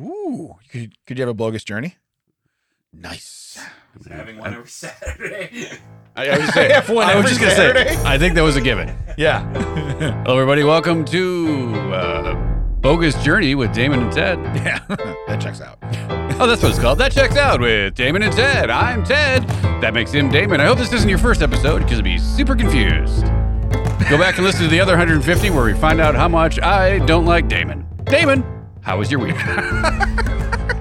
Ooh, could, could you have a bogus journey? Nice. He's having one every Saturday. I, I was, saying, Have one I was every just gonna Saturday. say. I think that was a given. Yeah, Hello, everybody. Welcome to uh, Bogus Journey with Damon and Ted. yeah, that checks out. Oh, that's what it's called. That checks out with Damon and Ted. I'm Ted. That makes him Damon. I hope this isn't your first episode because I'd be super confused. Go back and listen to the other 150 where we find out how much I don't like Damon. Damon, how was your week?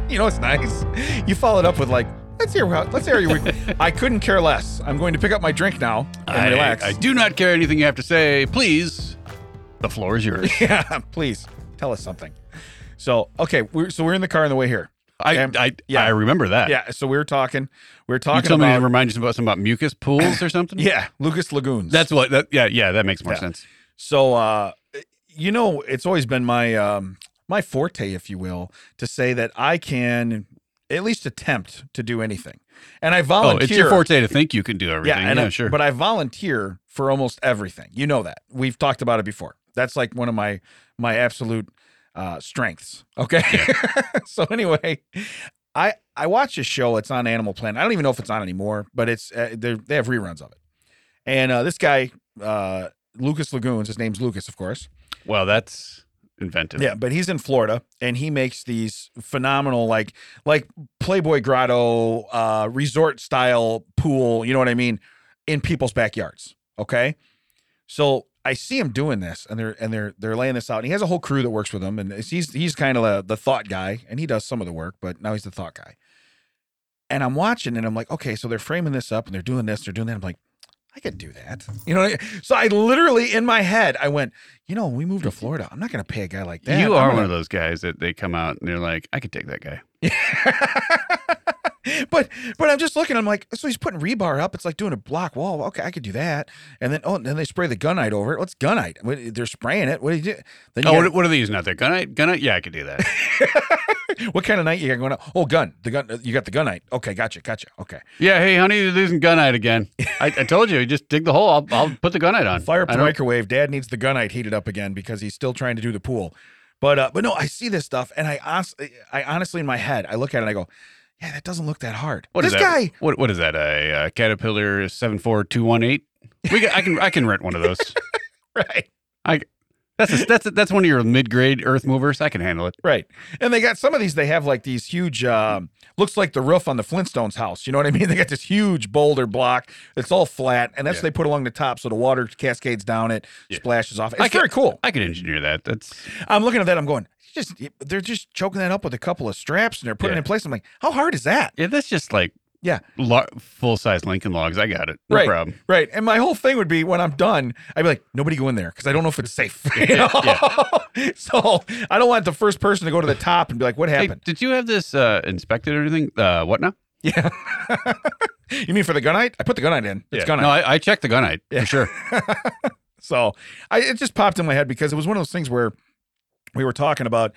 You know, it's nice. You followed up with like, let's hear, how- let's hear your week. I couldn't care less. I'm going to pick up my drink now and I, relax. I do not care anything you have to say. Please, the floor is yours. yeah, please tell us something. So, okay, we're, so we're in the car on the way here. I, Um, I, yeah. I remember that. Yeah, so we were talking. We were You talking told me about to remind you about something about mucus pools or something. yeah, Lucas Lagoons. that's what. That, yeah, yeah, that makes more Yeah. sense. So, uh, you know, it's always been my um, my forte, if you will, to say that I can at least attempt to do anything, and I Oh, volunteer. it's your forte to think you can do everything. Yeah, and I- sure. But I volunteer for almost everything. You know that we've talked about it before. That's like one of my my absolute uh, strengths. Okay. so anyway, I I watch a show. It's on Animal Planet. I don't even know if it's on anymore, but it's uh, they're- they have reruns of it. And uh, this guy, uh, Lucas Lagoons, his name's Lucas, of course. well, that's inventive. Yeah, but he's in Florida and he makes these phenomenal like like Playboy Grotto uh resort style pool, you know what I mean, in people's backyards, okay? So I see him doing this and they're and they're they're laying this out and he has a whole crew that works with him and it's- he's he's kind of the, the thought guy and he does some of the work, but now he's the thought guy. And I'm watching and I'm like, okay, so they're framing this up and they're doing this, they're doing that. I'm like, I could do that. You know, what I mean? so I literally in my head, I went, you know, when we moved to Florida, I'm not going to pay a guy like that. you I'm are gonna- one of those guys that they come out and they're like, I could take that guy. but but I'm just looking. I'm like, so he's putting rebar up. It's like doing a block wall. Okay, I could do that. And then oh, and then they spray the gunite over it. What's gunite? What, they're spraying it. What do you do? Then you Oh, gotta- what, what are these? Not there. Gunite? Gunite? Yeah, I could do that. what, kind of night you got going on? Oh, gun. The gun. You got the gunite. Okay, gotcha, gotcha. Okay, yeah, hey, honey, you're losing gunite again. I, I told you, you just dig the hole. I'll, I'll put the gunite on. fire up I the don't- microwave. Dad needs the gunite heated up again because he's still trying to do the pool. But uh, but no, I see this stuff, and I honestly, I honestly in my head, I look at it and I go, yeah, that doesn't look that hard. What is this that? guy? What what is that? A, uh Caterpillar seven four two one eight. We can, I can I can rent one of those. Right. That's a, that's a, that's one of your mid grade earth movers. I can handle it. Right. And they got some of these, they have like these huge, um, looks like the roof on the Flintstones house. You know what I mean? They got this huge boulder block. It's all flat. And that's Yeah. they put along the top. So the water cascades down it, Yeah. splashes off. It's I can- very cool. I could engineer that. That's I'm looking at that. I'm going, just, they're just choking that up with a couple of straps and they're putting Yeah. it in place. I'm like, how hard is that? yeah. That's just like Yeah. lo- full size Lincoln logs. I got it. No Right. problem. Right. And my whole thing would be when I'm done, I'd be like, nobody go in there because I don't know if it's safe. you know? so I don't want the first person to go to the top and be like, what Hey, happened? did you have this uh, inspected or anything? Uh, what now? Yeah. you mean for the gunite? I put the gunite in. It's gunite. No, I, I checked the gunite Yeah. for sure. So I it just popped in my head because it was one of those things where we were talking about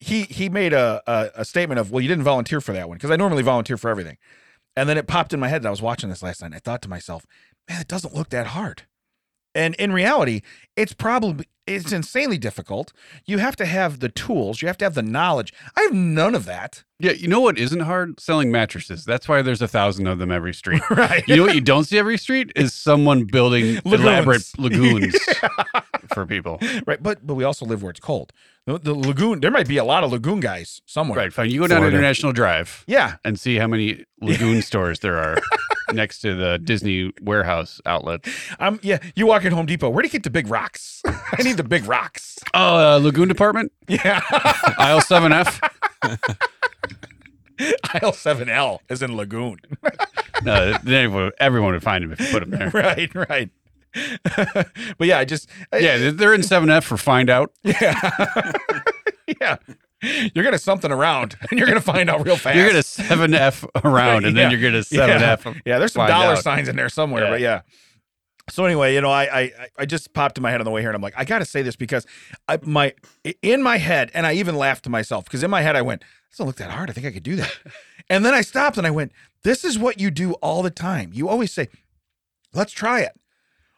he he made a a, a statement of well you didn't volunteer for that one because I normally volunteer for everything, and then it popped in my head that I was watching this last night. And I thought to myself, man, it doesn't look that hard, and in reality, it's probably it's insanely difficult. You have to have the tools, you have to have the knowledge. I have none of that. Yeah. You know what isn't hard? Selling mattresses. That's why there's a thousand of them every street. Right. You know what you don't see every street is someone building elaborate Lagoons. lagoons for people. Right, but but we also live where it's cold. The, the lagoon, there might be a lot of lagoon guys somewhere. Right. Fine. You go down Florida. International Drive Yeah, and see how many lagoon stores there are next to the Disney warehouse outlet. I'm yeah. You walk in Home Depot. Where do you get the big rocks? I need the big rocks. Oh, uh, lagoon department, Yeah, aisle seven F. aisle seven L is in lagoon. No, then everyone, everyone would find them if you put them there. Right, right. but yeah, I just Yeah, they're- they're in seven F for find out. yeah, yeah. You're gonna something around, and you're gonna find out real fast. You're gonna seven F around, and then Yeah. you're gonna seven F. um, Yeah, there's some find dollar out. signs in there somewhere, Yeah. but yeah. So anyway, you know, I, I I- I just popped in my head on the way here, and I'm like, I gotta say this because I my in my head, and I even laughed to myself because in my head I went, this doesn't look that hard. I think I could do that. and then I stopped and I went, this is what you do all the time. You always say, let's try it.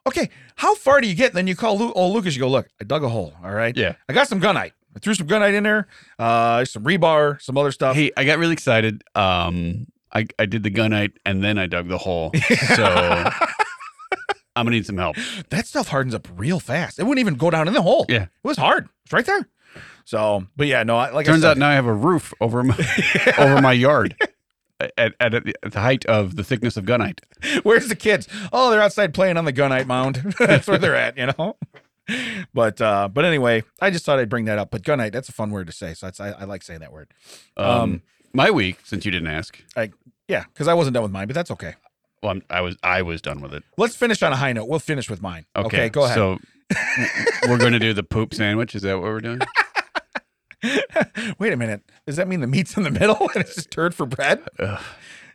Okay, how far do you get? Then you call Lu- old Lucas. You go, look, I dug a hole. All right. Yeah. I got some gunite. I threw some gunite in there, uh, some rebar, some other stuff. Hey, I got really excited. Um, I, I did the gunite and then I dug the hole. So I'm gonna need some help. that stuff hardens up real fast. It wouldn't even go down in the hole. Yeah. It was hard. It's right there. So, but yeah, no, I, like Turns I out said, now I have a roof over my over my yard at, at, at the height of the thickness of gunite. where's the kids? Oh, they're outside playing on the gunite mound. that's where they're at, you know? But, uh, but anyway, I just thought I'd bring that up. But gunite, that's a fun word to say. So that's, I, I like saying that word. Um, Um, my week, since you didn't ask, Yeah. Cause I wasn't done with mine, but that's okay. well, I'm, I was I was done with it. Let's finish on a high note. We'll finish with mine. Okay, go ahead. So we're going to do the poop sandwich. Is that what we're doing? Wait a minute. Does that mean the meat's in the middle and it's just turd for bread? Uh,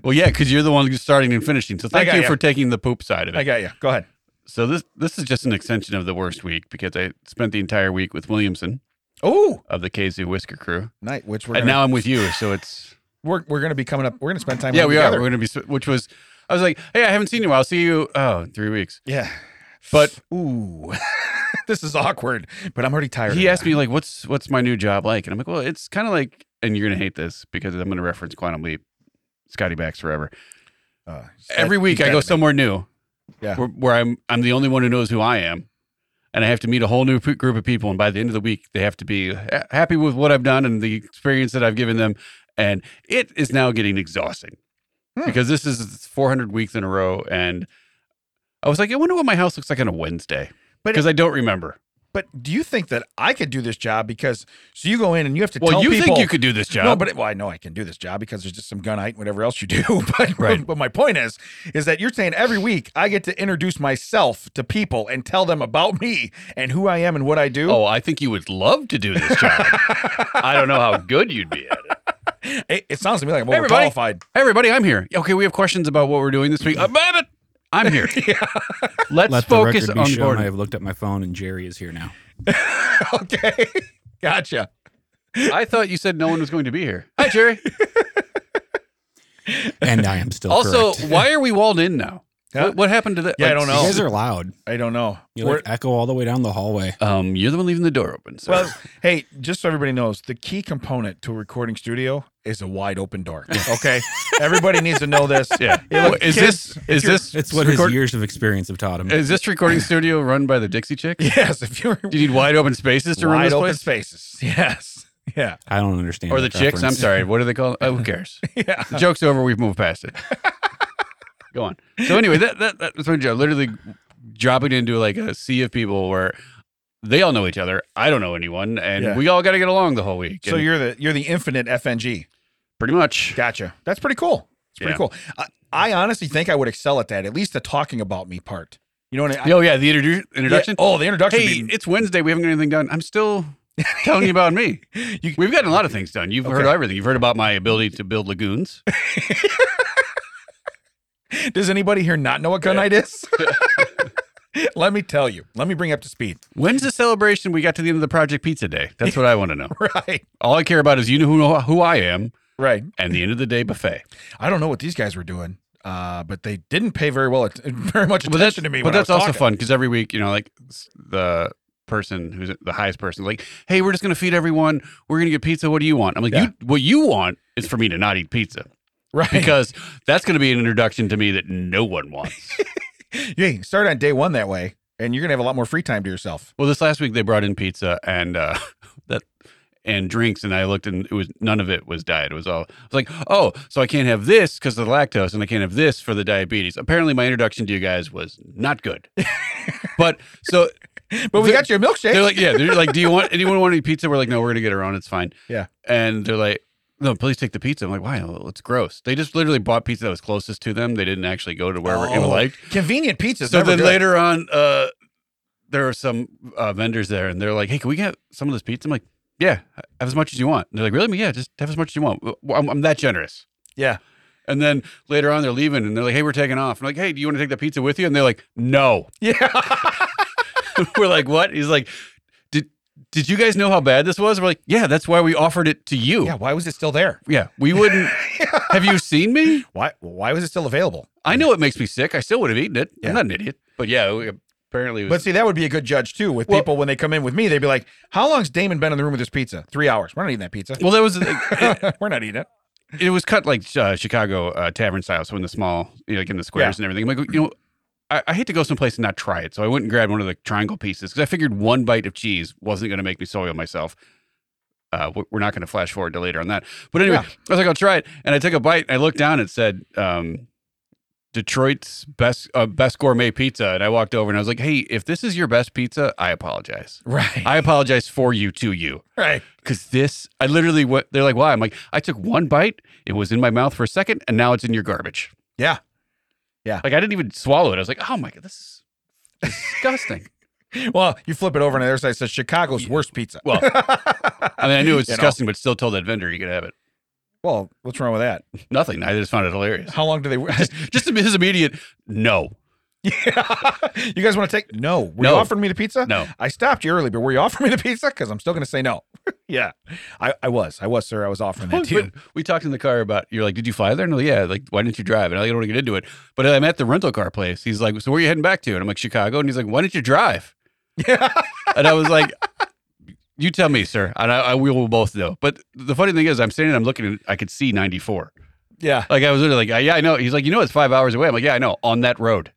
Well, yeah, because you're the one who's starting and finishing. So thank got you ya. for taking the poop side of it. I got you. Go ahead. so this this is just an extension of the worst week because I spent the entire week with Williamson Oh, of the KZ Whisker Crew, night, which we're and gonna, now I'm with you. So it's we're, we're going to be coming up. We're going to spend time. yeah, with we you are. together. We're going to be sw- which was I was like, hey, I haven't seen you. in a while. I'll see you. Oh, in three weeks. Yeah. But- ooh, this is awkward. But I'm already tired. He of asked me like, what's what's my new job like? And I'm like, well, it's kind of like, and you're going to hate this because I'm going to reference Quantum Leap, Scotty Backs forever. that. Uh, he's every dead- week he's I dead go to me. somewhere new. Yeah. Where, where I'm I'm the only one who knows who I am. And I have to meet a whole new p- group of people and by the end of the week they have to be ha- happy with what I've done and the experience that I've given them and it is now getting exhausting. Hmm. Because this is 400 weeks in a row and I was like I wonder what my house looks like on a Wednesday But it- because I don't remember. But do you think that I could do this job? Because so you go in and you have to Well, tell you people. think you could do this job. No, but it, well, I know I can do this job because there's just some gunite and whatever else you do. But Right. but my point is, is that you're saying every week I get to introduce myself to people and tell them about me and who I am and what I do. oh, I think you would love to do this job. I don't know how good you'd be at it. It, it sounds to me like I'm Hey, everybody. overqualified. Hey, everybody, I'm here. Okay, we have questions about what we're doing this week. Mm-hmm. About it. I'm here. Let's Let the focus record be on shown. I Gordon. have looked at my phone, and Jerry is here now. okay, gotcha. I thought you said no one was going to be here. Hi, Jerry. And I am still also, correct. why are we walled in now? Yeah. What, what happened to that? Yeah, I don't you know. guys are loud. I don't know. You We're- like echo all the way down the hallway. Um, you're the one leaving the door open. So. Well, hey, just so everybody knows, the key component to a recording studio is a wide open door. Okay, everybody needs to know this. yeah. look, kids, is this is you're- this It's what record- his years of experience have taught him. is this recording studio run by the Dixie Chick? Yes, if you're Do you need wide open spaces to run wide this open place? spaces. Yes. Yeah. I don't understand. Or the that chicks? I'm reference. sorry. What do they call? Oh, who cares? Yeah. The joke's over. We've moved past it. Go on. So anyway, that, that that was my job. Literally dropping into like a sea of people where they all know each other. I don't know anyone, and Yeah. we all got to get along the whole week. So And you're the you're the infinite FNG. pretty much. Gotcha. That's pretty cool. It's pretty Yeah. cool. I, I honestly think I would excel at that. At least the talking about me part. You know what I mean? oh yeah, the introdu- introduction. Oh, the introduction. hey, would be- it's Wednesday. We haven't got anything done. I'm still telling you about me. You- We've gotten a lot of things done. You've heard Okay. everything. You've heard about my ability to build lagoons. does anybody here not know what gunite is? Let me tell you. Let me bring you up to speed. When's the celebration? We got to the end of the project pizza day. That's what I want to know. Right. All I care about is you know who who I am, Right. and the end of the day buffet. I don't know what these guys were doing, uh, but they didn't pay very well, at- very much but that's, attention to me. but when I that's was also talking. fun because every week, you know, like s- the person who's the highest person, like, hey, we're just gonna feed everyone. We're gonna get pizza. What do you want? I'm like, Yeah. you, what you want is for me to not eat pizza right? because that's gonna be an introduction to me that no one wants. yeah, start on day one that way, and you're gonna have a lot more free time to yourself. well, this last week they brought in pizza and uh, that and drinks, and I looked and it was none of it was diet. It was all I was like, oh, so I can't have this because of the lactose, and I can't have this for the diabetes. Apparently, my introduction to you guys was not good. but so But we The- got you a milkshake. They're like, yeah. They're like, do you want anyone want any pizza? We're like, no, we're gonna get our own. It's fine. Yeah. And they're like, no, please take the pizza. I'm like, why? Well, It's gross. They just literally bought pizza that was closest to them. They didn't actually go to wherever it Oh, was liked. Convenient pizza. So then later on, uh, there are some uh, vendors there, and they're like, hey, can we get some of this pizza? I'm like, yeah, have as much as you want. And they're like, really? I'm like, Yeah, just have as much as you want. Well, I'm, I'm that generous. yeah. And then later on, they're leaving, and they're like, hey, we're taking off. I'm like, hey, do you want to take the pizza with you? And they're like, no. Yeah. we're like, what? He's like, did did you guys know how bad this was? We're like, yeah, that's why we offered it to you. yeah. Yeah, Why was it still there? we wouldn't. have you seen me? Why? Why was it still available? I know it makes me sick. I still would have eaten it. Yeah. I'm not an idiot. But yeah, we, Apparently, it But was, see, that would be a good judge too. With Well- people when they come in with me, they'd be like, "How long's Damon been in the room with this pizza? Three hours. We're not eating that pizza. well, that was it, We're not eating it." it was cut like uh, Chicago uh, tavern style, so in the small, you know, like in the squares and everything. I'm like, you know, I, I hate to go someplace and not try it, so I went and grabbed one of the triangle pieces because I figured one bite of cheese wasn't going to make me soil myself. Uh, we- we're not going to flash forward to later on that, but anyway, Yeah. I was like, I'll try it, and I took a bite. And I looked down, and it said. Um, Detroit's best uh, best gourmet pizza, and I walked over and I was like, "Hey, if this is your best pizza, I apologize. Right. I apologize for you to you." right. because this i literally went they're like why i'm like i took one bite it was in my mouth for a second and now it's in your garbage Yeah. like i didn't even swallow it i was like oh my god this is disgusting Well, you flip it over on the other side. It says Chicago's worst pizza. Well- i mean i knew it was You know. disgusting but still told that vendor you could have it well, what's wrong with that? nothing i just found it hilarious How long do they? just his immediate no Yeah. you guys want to take? No. Were No. you offering me the pizza? No. I stopped you early, but were you offering me the pizza? Because I'm still going to say no. yeah. I, I was. I was, sir. I was offering that to you. But we talked in the car about you're like did you fly there no yeah like why didn't you drive and i don't want to get into it but i'm at the rental car place he's like so where are you heading back to and i'm like chicago and he's like why didn't you drive Yeah. And I was like, "You tell me, sir." And I, I we will both know. But the funny thing is, I'm standing, I'm looking, and I could see 94. Yeah. Like I was literally like, "Yeah, I know." He's like, "You know, it's five hours away." I'm like, "Yeah, I know." On that road,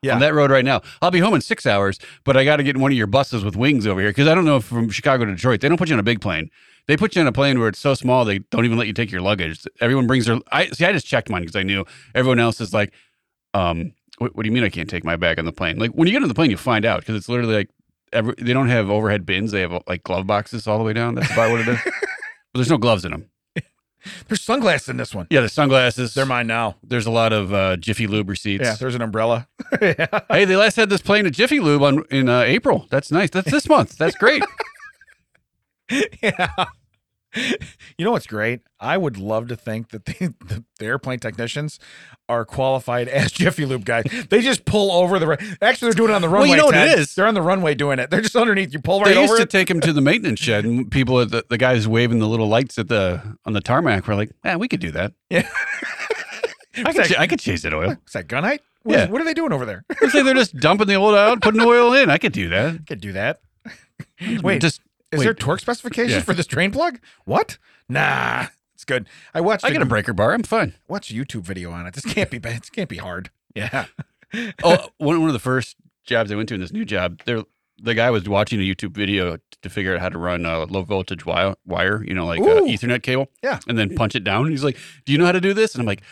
Yeah. on that road right now. I'll be home in six hours, but I got to get in one of your buses with wings over here because I don't know if from Chicago to Detroit they don't put you on a big plane. They put you on a plane where it's so small they don't even let you take your luggage. Everyone brings their. I see. I just checked mine because I knew everyone else is like, um, what, what do you mean I can't take my bag on the plane? Like when you get on the plane, you find out because it's literally like every, they don't have overhead bins. They have like glove boxes all the way down. That's about what it is. But there's no gloves in them. There's sunglasses in this one. Yeah, there's sunglasses. They're mine now. there's a lot of uh, Jiffy Lube receipts. Yeah. There's an umbrella. yeah. Hey, they last had this plane at Jiffy Lube on in uh, April. That's nice. That's this month. That's great. yeah. You know what's great? I would love to think that the, the, the airplane technicians are qualified as Jiffy Lube guys. They just pull over the. ru- Actually, they're doing it on the runway. you know what it Ted. is? They're on the runway doing it. They're just underneath. You pull right they used over. to it. take him to the maintenance shed, and people, at the, the guys waving the little lights at the on the tarmac, were like, "Yeah, we could do that. yeah. I could, ch- I could change that oil." Is that gunite? What, is- Yeah. what are they doing over there? It's like they're just dumping the old out, putting oil in. I could do that. Could do that. Wait, just is wait. there torque specifications Yeah. for this drain plug? What? Nah, it's good. I watched. I got a breaker bar. I'm fine. watch a YouTube video on it. This can't be bad. This can't be hard. Yeah. Oh, one one of the first jobs I went to in this new job, there the guy was watching a YouTube video to figure out how to run a low voltage wire, wire you know, like uh, Ooh. Ethernet cable. Yeah. and then punch it down. And he's like, "Do you know how to do this?" And I'm like,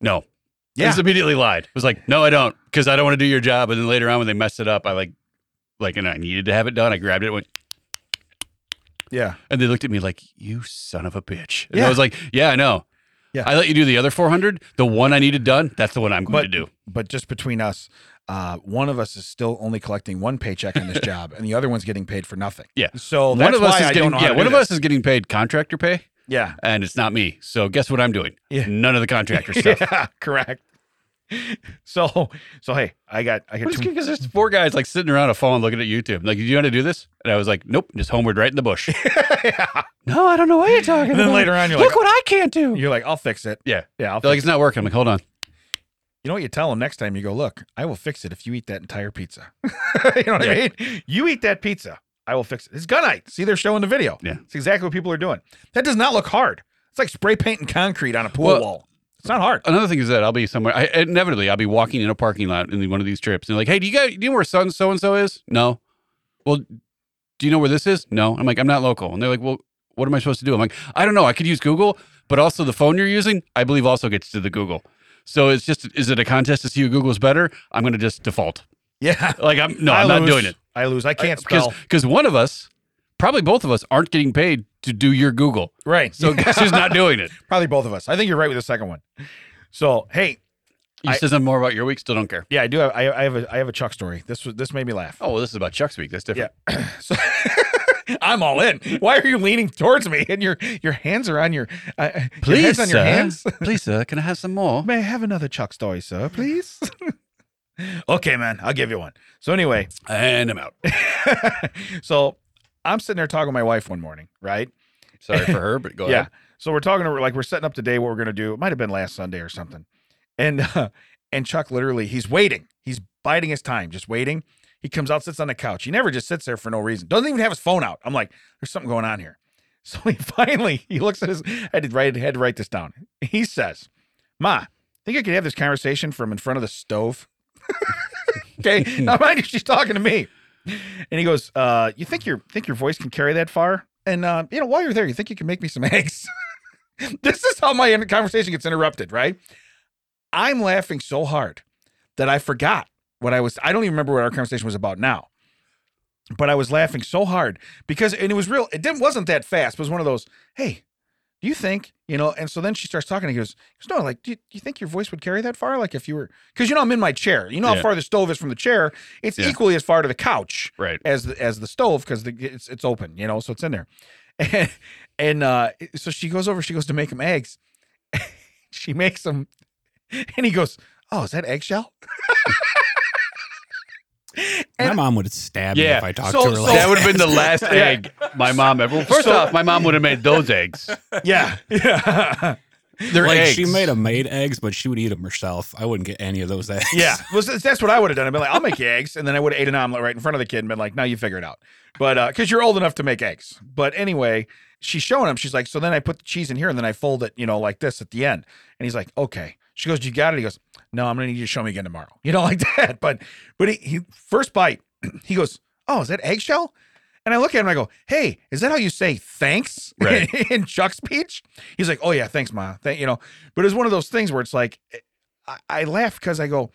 "No." I Yeah. just immediately lied. I was like, "No, I don't," because I don't want to do your job. And then later on, when they messed it up, I like, like, and I needed to have it done. I grabbed it, went, Yeah. and they looked at me like, "You son of a bitch." And I Yeah. was like, "Yeah, I know." Yeah. I let you do the other 400. The one I needed done, that's the one I'm going But- to do. But just between us, uh, one of us is still only collecting one paycheck on this job, and the other one's getting paid for nothing. Yeah. So that's one of us why is I getting don't know how yeah, to one do of this. us is getting paid contractor pay, Yeah. and it's not me. So guess what I'm doing? Yeah. None of the contractor stuff. Yeah. Correct. So, so hey, I got I got two, Because there's four guys like sitting around a phone looking at YouTube. Like, do you want to do this? And I was like, nope, just homeward right in the bush. No, I don't know what you're talking And then later on, you're like- what I can't do. You're like, I'll fix it. Yeah. Yeah, I'll They're like, fix it's not working. I'm like, hold on. You know what you tell them next time? You go, look, I will fix it if you eat that entire pizza. you know what Yeah. I mean? You eat that pizza, I will fix it. It's gunite. See, they're showing the video. Yeah. It's exactly what people are doing. That does not look hard. It's like spray painting concrete on a pool Well- wall. It's not hard. Another thing is that I'll be somewhere. I, inevitably, I'll be walking in a parking lot in one of these trips, and they're like, "Hey, do you guys do you know where son so and so is?" No. Well, do you know where this is? No. I'm like, I'm not local, and they're like, "Well, what am I supposed to do?" I'm like, I don't know. I could use Google, but also the phone you're using, I believe, also gets to the Google. So it's just, is it a contest to see who Google's better? I'm gonna just default. Yeah. Like, I'm no, I I'm not lose. doing it I lose. I can't because spell. because one of us, probably both of us, aren't getting paid to do your Google. Right. So So guess who's not doing it? probably both of us. I think you're right with the second one. So hey, You I- says I'm more about your week. Still don't care. yeah, I do have I, I have a I have a Chuck story. This was this made me laugh. Oh, well, this is about Chuck's week. That's different. Yeah. So I'm all in. Why are you leaning towards me? And your your hands are on your uh, your head's on your hands. please, sir, can I have some more? May I have another Chuck story, sir, please? okay, man, I'll give you one. So anyway, And I'm out. so I'm sitting there talking to my wife one morning, right? Sorry for her, but go yeah. ahead. So we're talking to like we're setting up today what we're gonna do. It might have been last Sunday or something, and uh, and Chuck literally he's waiting. He's biding his time, just waiting. He comes out, sits on the couch. He never just sits there for no reason. Doesn't even have his phone out. I'm like, there's something going on here. So he finally he looks at his. I had to write had to write this down. He says, "Ma, think I could have this conversation from in front of the stove?" okay, now mind you, she's talking to me. And he goes, uh, "You think your think your voice can carry that far? And uh, you know, while you're there, you think you can make me some eggs?" this is how my conversation gets interrupted, right? I'm laughing so hard that I forgot what I was. I don't even remember what our conversation was about now. But I was laughing so hard because, and it was real. It didn't wasn't that fast. But it was one of those. Hey, do you think you know? And so then she starts talking. And he goes, he goes, "No, like, do you, do you think your voice would carry that far? Like, if you were, because you know, I'm in my chair. You know Yeah. how far the stove is from the chair. It's Yeah. equally as far to the couch Right. as the as the stove because the it's it's open, you know, so it's in there. And, and uh so she goes over, she goes to make him eggs. she makes them and he goes, Oh, is that eggshell? My And- mom would stab me Yeah, if I talked so- to her so- like That would have been the last egg my mom ever. First So- off, my mom would have made those eggs. yeah. Yeah. They're Like eggs. she made them made eggs, but she would eat them herself. I wouldn't get any of those eggs. yeah. Well, that's that's what I would have done. I'd been like, I'll make you eggs. And then I would have ate an omelet right in front of the kid and been like, now you figure it out. But uh, cause you're old enough to make eggs. But anyway, she's showing him. She's like, so then I put the cheese in here and then I fold it, you know, like this at the end. And he's like, okay. She goes, you got it. He goes, no, I'm going to need you to show me again tomorrow. You know, like that. But, but he, he first bite, he goes, oh, is that eggshell? And I look at him and I go, hey, is that how you say thanks Right. in Chuck speech? He's like, oh yeah, thanks, ma. Thank, you know, but it's one of those things where it's like, eh, I, I laugh because I go,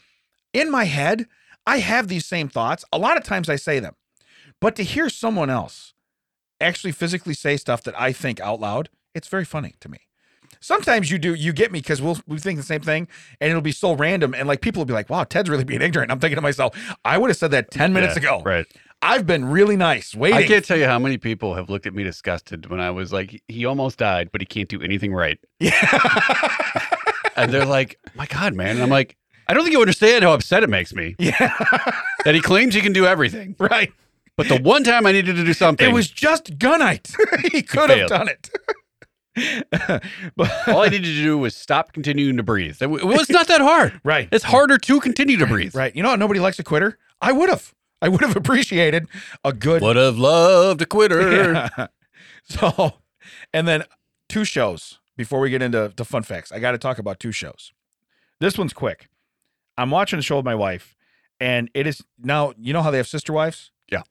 in my head, I have these same thoughts. A lot of times I say them, but to hear someone else actually physically say stuff that I think out loud, it's very funny to me. Sometimes you do, you get me because we'll we think the same thing, and it'll be so random, and like people will be like, "Wow, Ted's really being ignorant." I'm thinking to myself, I would have said that ten minutes Yeah, ago. Right. I've been really nice waiting. I can't tell you how many people have looked at me disgusted when I was like, he almost died, but he can't do anything right. Yeah. And they're like, my God, man. And I'm like, I don't think you understand how upset it makes me yeah. that he claims he can do everything. Right. But the one time I needed to do something, It was just gunite. he could have failed. done it. but all I needed to do was stop continuing to breathe. It w- it was not that hard. right. It's harder to continue to breathe. Right. You know what? Nobody likes a quitter. I would have. I would have appreciated a good. Would have loved a quitter. Yeah. So, and then two shows before we get into the fun facts. I got to talk about two shows. This one's quick. I'm watching a show with my wife, and it is now, you know how they have sister wives? Yeah.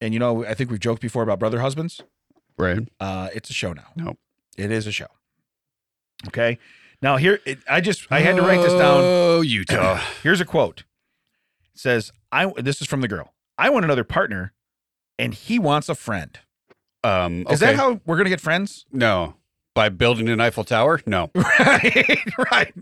And you know, I think we've joked before about brother husbands. Right. Uh, it's a show now. No. It is a show. Okay. Now, here, it, I just, I had to write this down. Oh, Utah. Here's a quote. It says, I this is from the girl. I want another partner and he wants a friend. um, Is okay. that how we're gonna get friends? No. By building an Eiffel Tower? No. Right, right.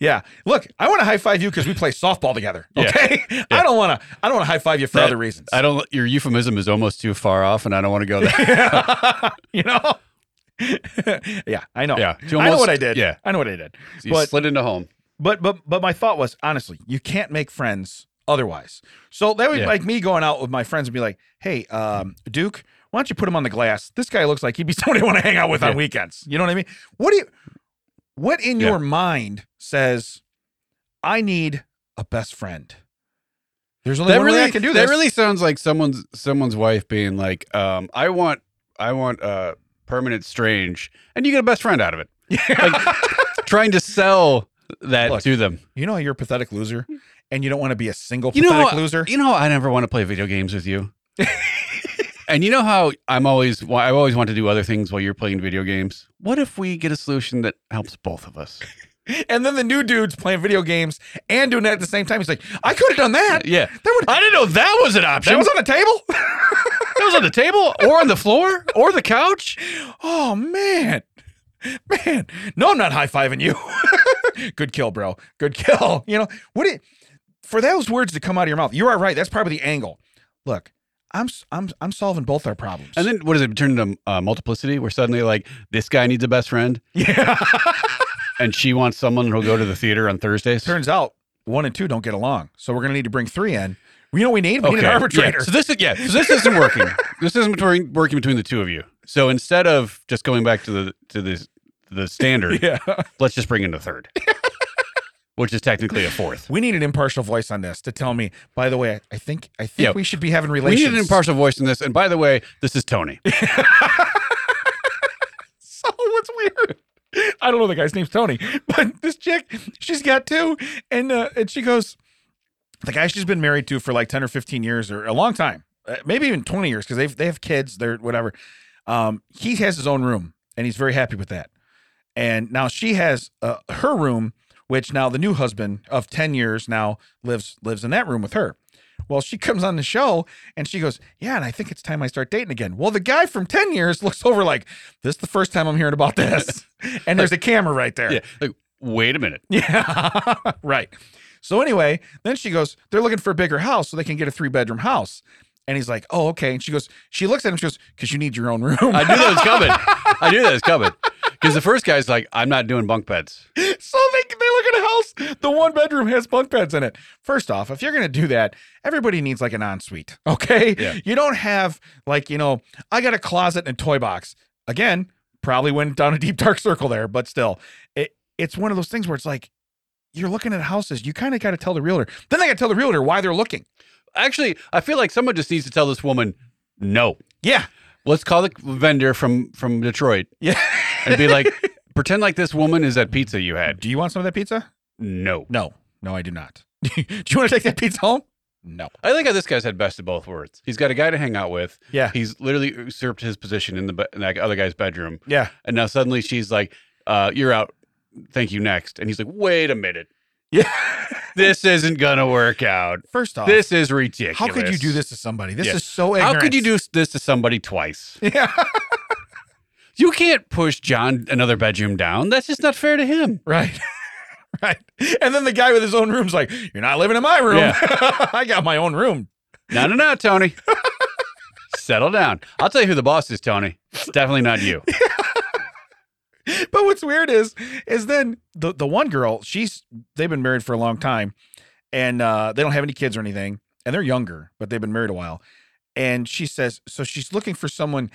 Yeah. Look, I want to high five you because we play softball together. Yeah. Okay. I don't wanna I don't wanna high five you for That- other reasons. I don't your euphemism is almost too far off and I don't want to go there. you know? yeah, I know. yeah. You I know almost- what I did. Yeah. I know what I did. You But- slid into home. But but but my thought was honestly, you can't make friends otherwise. So that would be Yeah. like me going out with my friends and be like, hey, um, Duke, why don't you put him on the glass? This guy looks like he'd be somebody I want to hang out with on Yeah. weekends. You know what I mean? What do you what in Yeah. your mind says I need a best friend? There's only one way I can do this. That really sounds like someone's someone's wife being like, um, I want I want uh permanent strange and you get a best friend out of it. Like trying to sell that Look, to them. you know how you're a pathetic loser and you don't want to be a single You know pathetic what- loser? You know how I never want to play video games with you. and you know how I'm always why I always want to do other things while you're playing video games. What if we get a solution that helps both of us? And then the new dude's playing video games and doing that at the same time. He's like, I could have done that. Yeah. That would I didn't know that was an option. that was on the table? that was on the table or on the floor or the couch. Oh man. Man. No, I'm not high fiving you. Good kill, bro. Good kill. You know, what it for those words to come out of your mouth, you are right. That's probably the angle. Look, I'm s- I'm I'm solving both our problems. And then what does it turn into uh, multiplicity where suddenly like this guy needs a best friend yeah. and she wants someone who'll go to the theater on Thursdays? Turns out one and two don't get along. So we're gonna need to bring three in. We know what we need, we need an Yeah. arbitrator. So this is yeah. So this isn't working. this isn't between, working between the two of you. So instead of just going back to the to the the standard, yeah. let's just bring in the third. which is technically a fourth. We need an impartial voice on this to tell me. By the way, I, I think I think Yeah. we should be having We relations. need an impartial voice in this. And by the way, this is Tony. So what's weird? I don't know the guy's name's Tony, but this chick, she's got two, and uh, and she goes, the guy she's been married to for like ten or fifteen years or a long time, uh, maybe even twenty years, because they they have kids, they're whatever. Um, he has his own room, and he's very happy with that. And now she has uh, her room, which now the new husband of ten years now lives lives in that room with her. Well, she comes on the show and she goes, Yeah, and I think it's time I start dating again. Well, the guy from 10 years looks over like, This is the first time I'm hearing about this. and there's a camera right there. Yeah. Like, wait a minute. Yeah. right. So anyway, then she goes, they're looking for a bigger house so they can get a three bedroom house. And he's like, oh, okay. And she goes, she looks at him, she goes, because you need your own room. I knew that was coming. I knew that was coming. Because the first guy's like, I'm not doing bunk beds. so they, they look at a house, the one bedroom has bunk beds in it. First off, if you're going to do that, everybody needs like an ensuite, okay? Yeah. You don't have like, you know, I got a closet and a toy box. Again, probably went down a deep dark circle there, but still, it, it's one of those things where it's like, you're looking at houses, you kind of got to tell the realtor. Then they got to tell the realtor why they're looking. Actually, I feel like someone just needs to tell this woman, no. Yeah. Let's call the vendor from from Detroit Yeah. and be like, pretend like this woman is that pizza you had. uh, Do you want some of that pizza? No. No. No, I do not. do you want to take that pizza home? No. I like how this guy's had best of both worlds. He's got a guy to hang out with. Yeah. He's literally usurped his position in the be- in that other guy's bedroom, Yeah. and now suddenly she's like, uh, "You're out. Thank you. Next." And he's like, "Wait a minute. Yeah. This isn't gonna work out. First off, This is ridiculous. Oh. how could you do this to somebody? This Yeah. is so ignorant. How could you do this to somebody twice? Yeah. You can't push John another bedroom down. That's just not fair to him. Right. right. And then the guy with his own room's like, "You're not living in my room. Yeah. I got my own room." No, no, no, Tony. Settle down. I'll tell you who the boss is, Tony. It's definitely not you. But what's weird is is then the the one girl, she's they've been married for a long time and uh they don't have any kids or anything and they're younger, but they've been married a while. And she says so she's looking for someone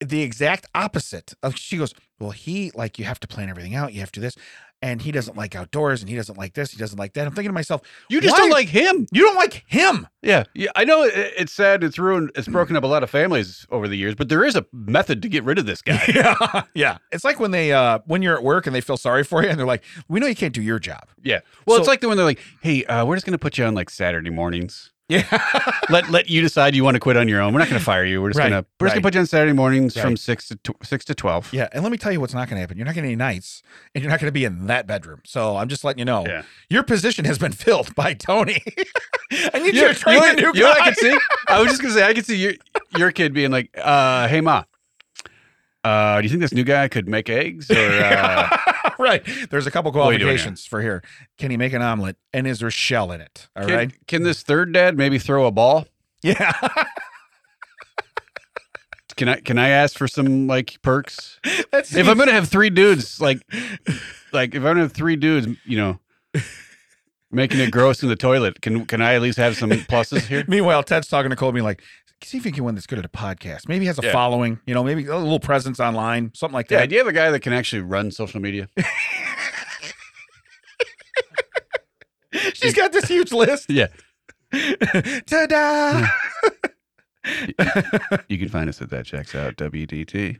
the exact opposite of she goes, "Well, he like you have to plan everything out, you have to do this." And he doesn't like outdoors and he doesn't like this, he doesn't like that. I'm thinking to myself, You just Why- don't like him. "You don't like him." Yeah, yeah. I know it, it's sad. It's ruined. It's broken up a lot of families over the years. But there is a method to get rid of this guy. yeah, yeah. It's like when they uh when you're at work and they feel sorry for you and they're like, "We know you can't do your job." Yeah. Well, it's So- like the one they're like, "Hey, uh, we're just gonna put you on like Saturday mornings. Yeah, Let let you decide you want to quit on your own. We're not gonna fire you. We're just Right, gonna we're just right. gonna put you on Saturday mornings from Right. six to tw- six to twelve. yeah. And let me tell you what's not going to happen. You're not getting any nights, and you're not going to be in that bedroom. So I'm just letting you know, Yeah. your position has been filled by Tony. and you You, should train you know a new what- you know what I guy. could see? I was just gonna say I could see your your kid being like, uh, "Hey, ma, uh, do you think this new guy could make eggs?" Or uh, right. There's a couple What are you doing here? qualifications for here. Can he make an omelet? And is there shell in it? All right. can, can this third dad maybe throw a ball? Yeah. Can I can I ask for some like perks? That's If I'm gonna have three dudes, like like if I'm gonna have three dudes, you know, making it gross in the toilet, can can I at least have some pluses here? Meanwhile, Ted's talking to Colby like, see if you can win this good at a podcast. Maybe he has a Yeah. following, you know, maybe a little presence online, something like that. Yeah, do you have a guy that can actually run social media? She's got this huge list. Yeah. Hmm. Ta-da! You can find us at that checks out WDT.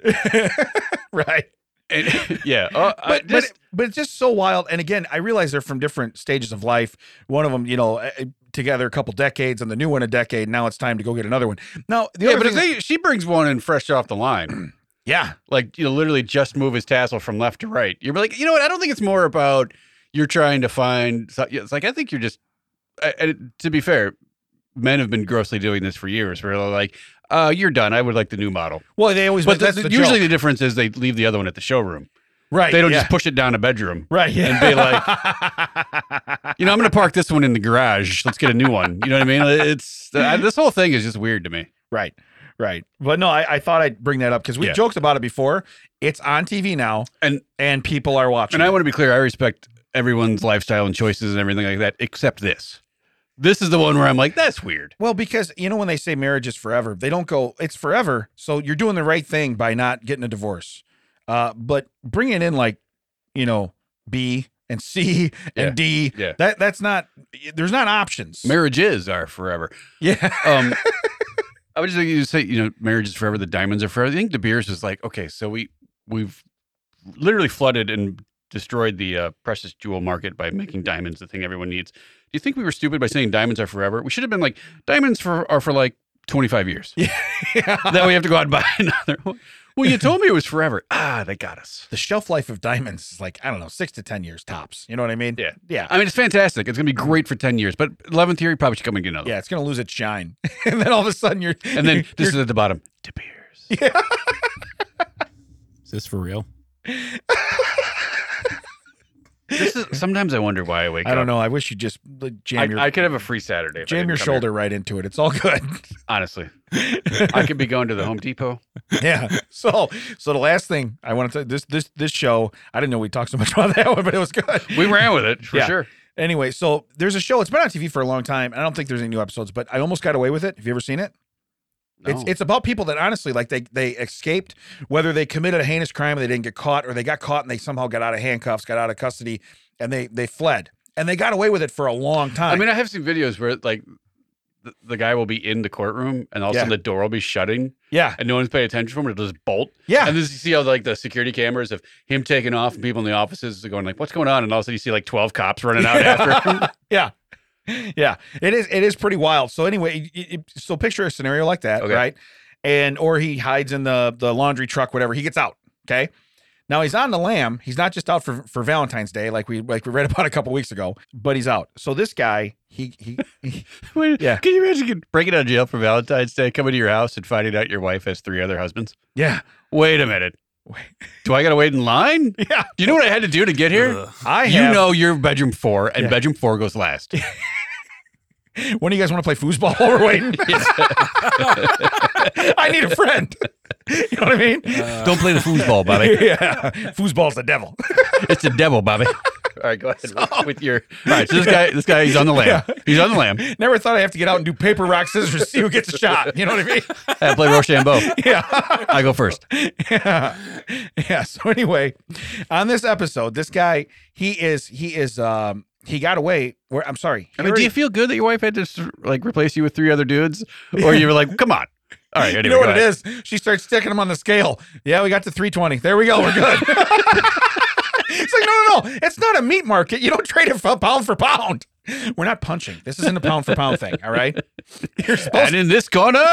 right. And- yeah, uh, I But, just- but but it's just so wild. And again, I realize they're from different stages of life. One of them, you know, eh, eh, together a couple decades, and the new one a decade. Now it's time to go get another one. Now the yeah, other but if thing- they she brings one in fresh off the line, yeah, like you know, literally just move his tassel from left to right. You're like, you know what? I don't think it's more about you're trying to find. so- It's like I think you're just. I- And to be fair, men have been grossly doing this for years. Where they're like, uh, "You're done. I would like the new model." well, they always but But the, that's the joke. usually the difference is they leave the other one at the showroom. right. They don't yeah. just push it down a bedroom. right yeah. and be like, You know, I'm going to park this one in the garage. Let's get a new one. You know what I mean? It's uh, this whole thing is just weird to me. right, right. But no, I, I thought I'd bring that up because we Yeah. joked about it before. It's on TV now, And and people are watching. And I want to be clear, I respect everyone's lifestyle and choices and everything like that, except this. This is the one where I'm like, that's weird. Well, because you know when they say marriage is forever, they don't go it's forever. So you're doing the right thing by not getting a divorce. Uh, but bringing in like, you know, B and C Yeah. and D. Yeah. That that's not there's not options. Marriages are forever. yeah. Um, I would just like you to say, you know, marriage is forever. The diamonds are forever. I think De Beers was like, okay, so we we've literally flooded and destroyed the uh, precious jewel market by making diamonds the thing everyone needs. Do you think we were stupid by saying diamonds are forever? We should have been like, diamonds for are for like twenty five years. Now we have to go out and buy another. one. Well, you told me it was forever. Ah, they got us. the shelf life of diamonds is like I don't know, six to ten years tops. You know what I mean? Yeah. Yeah. I mean, it's fantastic. It's gonna be great for ten years, but eleventh year you probably should come and get another. yeah, it's gonna lose its shine, and then all of a sudden you're one. And then you're- this is at the bottom. De Beers. Is this for real? This is, sometimes I wonder why I wake up. I don't know. I wish you just like, jam I, your I could have a free Saturday. if I jam didn't your come here. shoulder right into it. It's all good. Honestly, I could be going to the Home Depot. yeah. So so the last thing I want to tell this this this show I didn't know we talked so much about that one, but it was good. We ran with it for Yeah. sure. Anyway, so there's a show. It's been on TV for a long time. and I don't think there's any new episodes, but I almost got away with it. Have you ever seen it? It's No. it's about people that honestly like they they escaped whether they committed a heinous crime and they didn't get caught or they got caught and they somehow got out of handcuffs, got out of custody, and they they fled and they got away with it for a long time. I mean, I have seen videos where like the, the guy will be in the courtroom and all of a sudden the door will be shutting yeah, and no one's paying attention for him. It'll just bolt. yeah, And then you see how like the security cameras of him taking off and people in the offices are going like, "What's going on?" And all of a sudden you see like twelve cops running out after him. yeah, yeah. It is it is pretty wild. So anyway, it- it- so picture a scenario like that, Okay. right? And or he hides in the the laundry truck, whatever. He gets out. Okay. Now he's on the lam. He's not just out for, for Valentine's Day, like we like we read about a couple weeks ago, but he's out. So this guy, he he, he Wait, Yeah. Can you imagine get- breaking out of jail for Valentine's Day, coming to your house and finding out your wife has three other husbands? yeah, Wait a minute. Wait. Do I got to wait in line? Do yeah. you know what I had to do to get here? Ugh. I you have, know your bedroom four, and Yeah. bedroom four goes last. When do you guys want to play foosball while we're waiting? I need a friend. You know what I mean? Don't play the foosball, Bobby. yeah, foosball's the devil. It's the devil, Bobby. All right, go ahead with- with your. All right, so this guy, this guy, he's on the lamb. He's on the lamb. Never thought I'd have to get out and do paper, rock, scissors to see who gets a shot. You know what I mean? I play Rochambeau. Yeah. I go first. yeah. Yeah. So anyway, on this episode, this guy, he is, he is, um, he got away. Where I'm sorry. I mean, do Harry- you feel good that your wife had to like replace you with three other dudes, or you were like, come on? All right, anyway, you know what it is? She starts sticking them on the scale. Yeah, we got to 320. There we go. We're good. it's like, no, no, no. It's not a meat market. You don't trade it for pound for pound. We're not punching. This isn't a pound for pound thing. All right. You're supposed And in this corner,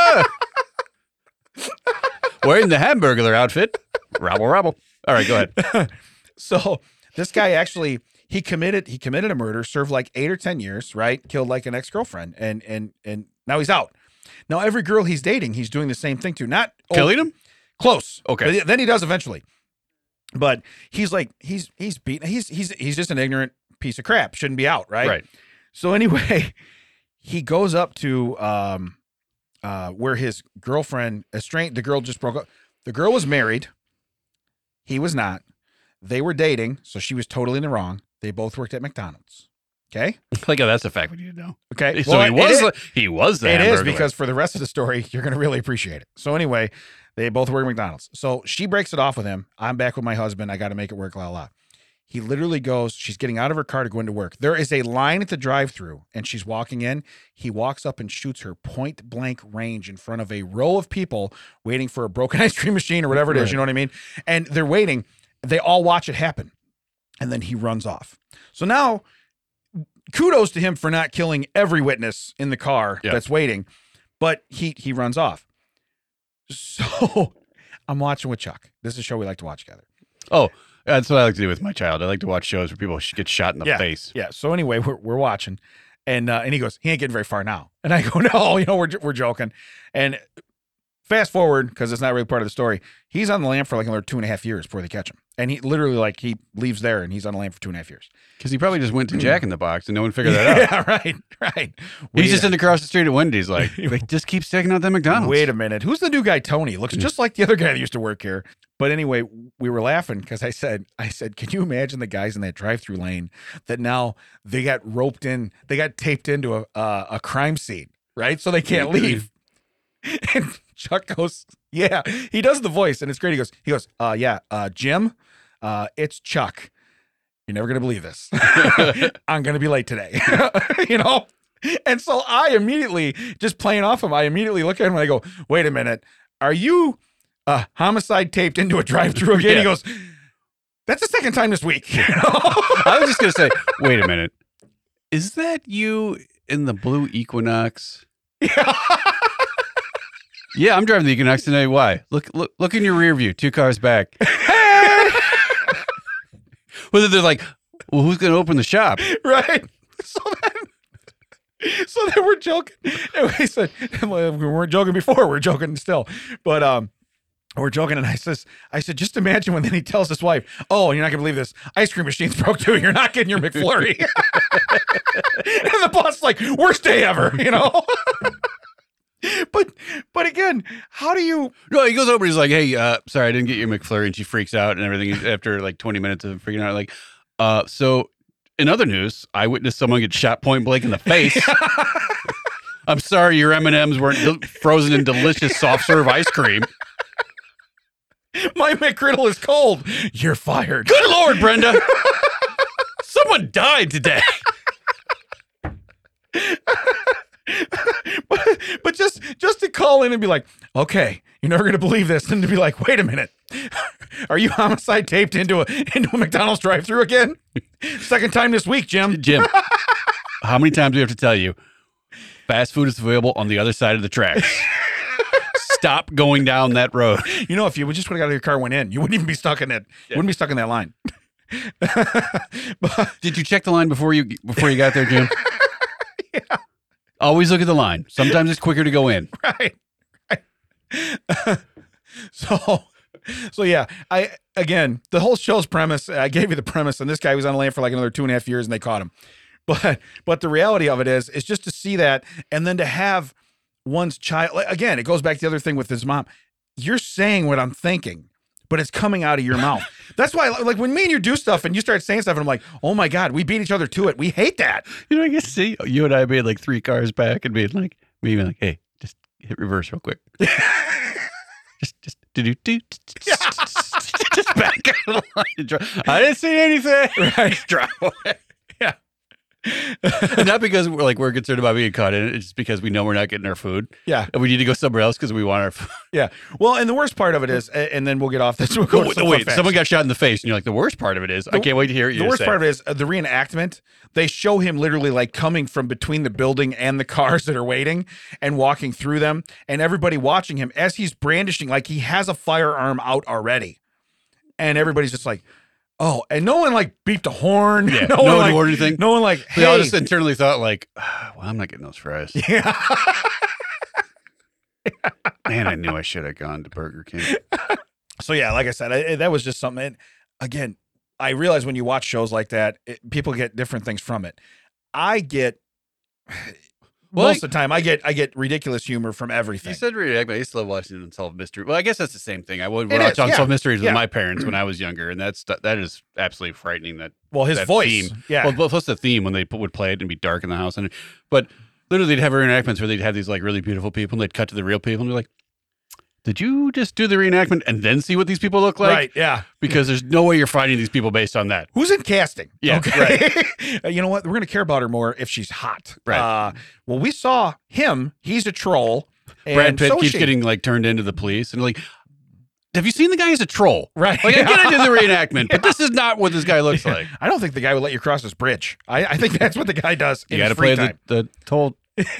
wearing the hamburger outfit, rabble rabble. All right, go ahead. so this guy actually he committed he committed a murder, served like eight or ten years, right? Killed like an ex-girlfriend. And and and now he's out. Now every girl he's dating, he's doing the same thing to. Not oh, Killing him? Close. Okay. But then he does eventually. But he's like he's he's beaten he's he's he's just an ignorant piece of crap. Shouldn't be out, right? Right. So anyway, he goes up to um uh where his girlfriend estranged the girl just broke up. The girl was married. He was not. They were dating, so she was totally in the wrong. They both worked at McDonald's. Okay? Like, oh, that's a fact we need to know. Okay. So he it- was it- the- he was the it is Hamburglar. because for the rest of the story, you're going to really appreciate it. So anyway, they both work at McDonald's. So she breaks it off with him. I'm back with my husband. I got to make it work. La la. He literally goes. She's getting out of her car to go into work. There is a line at the drive-through, and she's walking in. He walks up and shoots her point blank range in front of a row of people waiting for a broken ice cream machine or whatever it is. You know what I mean? And they're waiting. They all watch it happen, and then he runs off. So now, kudos to him for not killing every witness in the car Yeah. that's waiting, but he he runs off. So I'm watching with Chuck. This is a show we like to watch together. Oh, that's what I like to do with my child. I like to watch shows where people sh- get shot in the face. Yeah. So anyway, we're, we're watching, and uh, and he goes, he ain't getting very far now. And I go, no, you know, we're j- we're joking. And fast forward because it's not really part of the story. He's on the lamp for like another two and a half years before they catch him, and he literally like he leaves there and he's on the lamp for two and a half years. Because he probably just went to Jack in the Box and no one figured that out. uh, yeah. Right. Right. He's Wait just a- in across the street at Wendy's, like, they just keeps taking out that McDonald's. Wait a minute. Who's the new guy, Tony? Looks just like the other guy that used to work here. But anyway, we were laughing because I said, I said, can you imagine the guys in that drive-through lane that now they got roped in, they got taped into a uh, a crime scene, right? So they can't leave. and Chuck goes, yeah, he does the voice, and it's great. He goes, he goes, uh, yeah, uh, Jim, uh, it's Chuck. You're never going to believe this. I'm going to be late today. you know? And so I immediately, just playing off him, I immediately look at him and I go, wait a minute. Are you uh, homicide taped into a drive through again? He Yeah. goes, that's the second time this week. You know? I was just gonna say, wait a minute, is that you in the blue Equinox? Yeah. Yeah, I'm driving the Equinox today. Why? Look, look, look in your rear view. Two cars back. Whether they're like, well, who's gonna open the shop? right? So then, so then we're joking. And we said well, we weren't joking before. We're joking still, but um, we're joking. And I says, I said, just imagine when then he tells his wife, "Oh, you're not gonna believe this. Ice cream machines broke too. You're not getting your McFlurry." and the boss like, worst day ever, you know. but but again, how do you? No, he goes over. He's like, "Hey, uh, sorry, I didn't get your McFlurry," and she freaks out and everything. After like 20 minutes of freaking out, like, uh, so in other news, I witnessed someone get shot point blank in the face. I'm sorry, your M and M's weren't del- frozen in delicious soft serve ice cream. My McGriddle is cold. You're fired. Good lord, Brenda! Someone died today. but, but just just to call in and be like, okay, you're never gonna believe this, and to be like, wait a minute, are you homicide taped into a into a McDonald's drive-through again? Second time this week, Jim. Jim, how many times do we have to tell you? Fast food is available on the other side of the tracks. Stop going down that road. You know, if you would just would have got out of your car, and went in, you wouldn't even be stuck in it. You Wouldn't be stuck in that line. but, Did you check the line before you before you got there, Jim? Always look at the line. Sometimes it's quicker to go in. right, right. so, so yeah, I again the whole show's premise. I gave you the premise, and this guy was on the land for like another two and a half years, and they caught him. But but the reality of it is, is just to see that, and then to have one's child like, again. It goes back to the other thing with his mom. You're saying what I'm thinking, but it's coming out of your mouth. That's why, like when me and you do stuff, and you start saying stuff, and I'm like, oh my god, we beat each other to it. We hate that. You know, I can see you and I being like three cars back and being like, me being like, hey, just hit reverse real quick. just just do do do. Just back out of the line. and drive. I didn't see anything. Right. Drive away. Yeah. And not because we're like we're concerned about being caught in it. It's just because we know we're not getting our food, Yeah, and we need to go somewhere else because we want our food. yeah. Well, and the worst part of it is, a- and then we'll get off this. We'll go Oh, to some fun wait, facts. someone got shot in the face, and you're like, the worst part of it is, I The- can't wait to hear what you the worst say. part of it is uh, the reenactment. They show him literally like coming from between the building and the cars that are waiting and walking through them, and everybody watching him as he's brandishing, like he has a firearm out already. And everybody's just like, oh, and no one like beeped a horn. yeah, no, no, one one like, ordered anything. no one like, hey. They all just internally thought like, "Ah, well, I'm not getting those fries. yeah. Man, I knew I should have gone to Burger King. so yeah, like I said, I, that was just something. And again, I realize when you watch shows like that, it, people get different things from it. I get Well, most of the time, I get I get ridiculous humor from everything. You said react, but I used to love watching Unsolved Mystery. Well, I guess that's the same thing. I would It watch is, yeah. Unsolved Mysteries with Yeah. my parents when I was younger, and that's that is absolutely frightening. That well, his that voice, theme. yeah, well, plus the theme when they put, would play it and be dark in the house, and but literally they'd have reenactments where they'd have these like really beautiful people, and they'd cut to the real people, and be like. Did you just do the reenactment and then see what these people look like? right, yeah. Because there's no way you're finding these people based on that. Who's in casting? Yeah, okay. you know what? We're gonna care about her more if she's hot. Right. Uh, well, we saw him. He's a troll. And Brad Pitt so is keeps she. getting like turned into the police and like, have you seen the guy? He's a troll. right. Like I get into the reenactment, but this is not what this guy looks like. I don't think the guy would let you cross this bridge. I, I think that's what the guy does. You in got his to free play the, time. the toll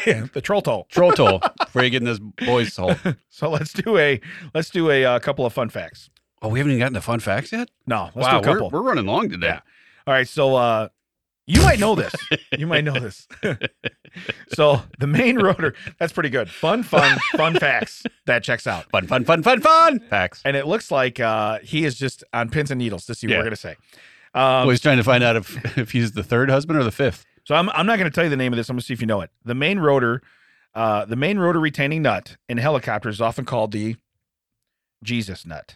Yeah, the troll toll. troll toll before you get in this boy's hole. So let's do a let's do a uh, couple of fun facts. Oh, we haven't even gotten to fun facts yet. No, let's wow, do a couple. We're, we're running long today. Yeah. All right, so uh, you might know this. you might know this. so the main rotor. That's pretty good. Fun, fun, fun facts. That checks out. Fun, fun, fun, fun, fun facts. And it looks like uh, he is just on pins and needles to see what Yeah. we're gonna say. Um, Always trying to find out if if he's the third husband or the fifth. So I'm, I'm not going to tell you the name of this. I'm going to see if you know it. The main rotor, uh, the main rotor retaining nut in helicopters is often called the Jesus nut.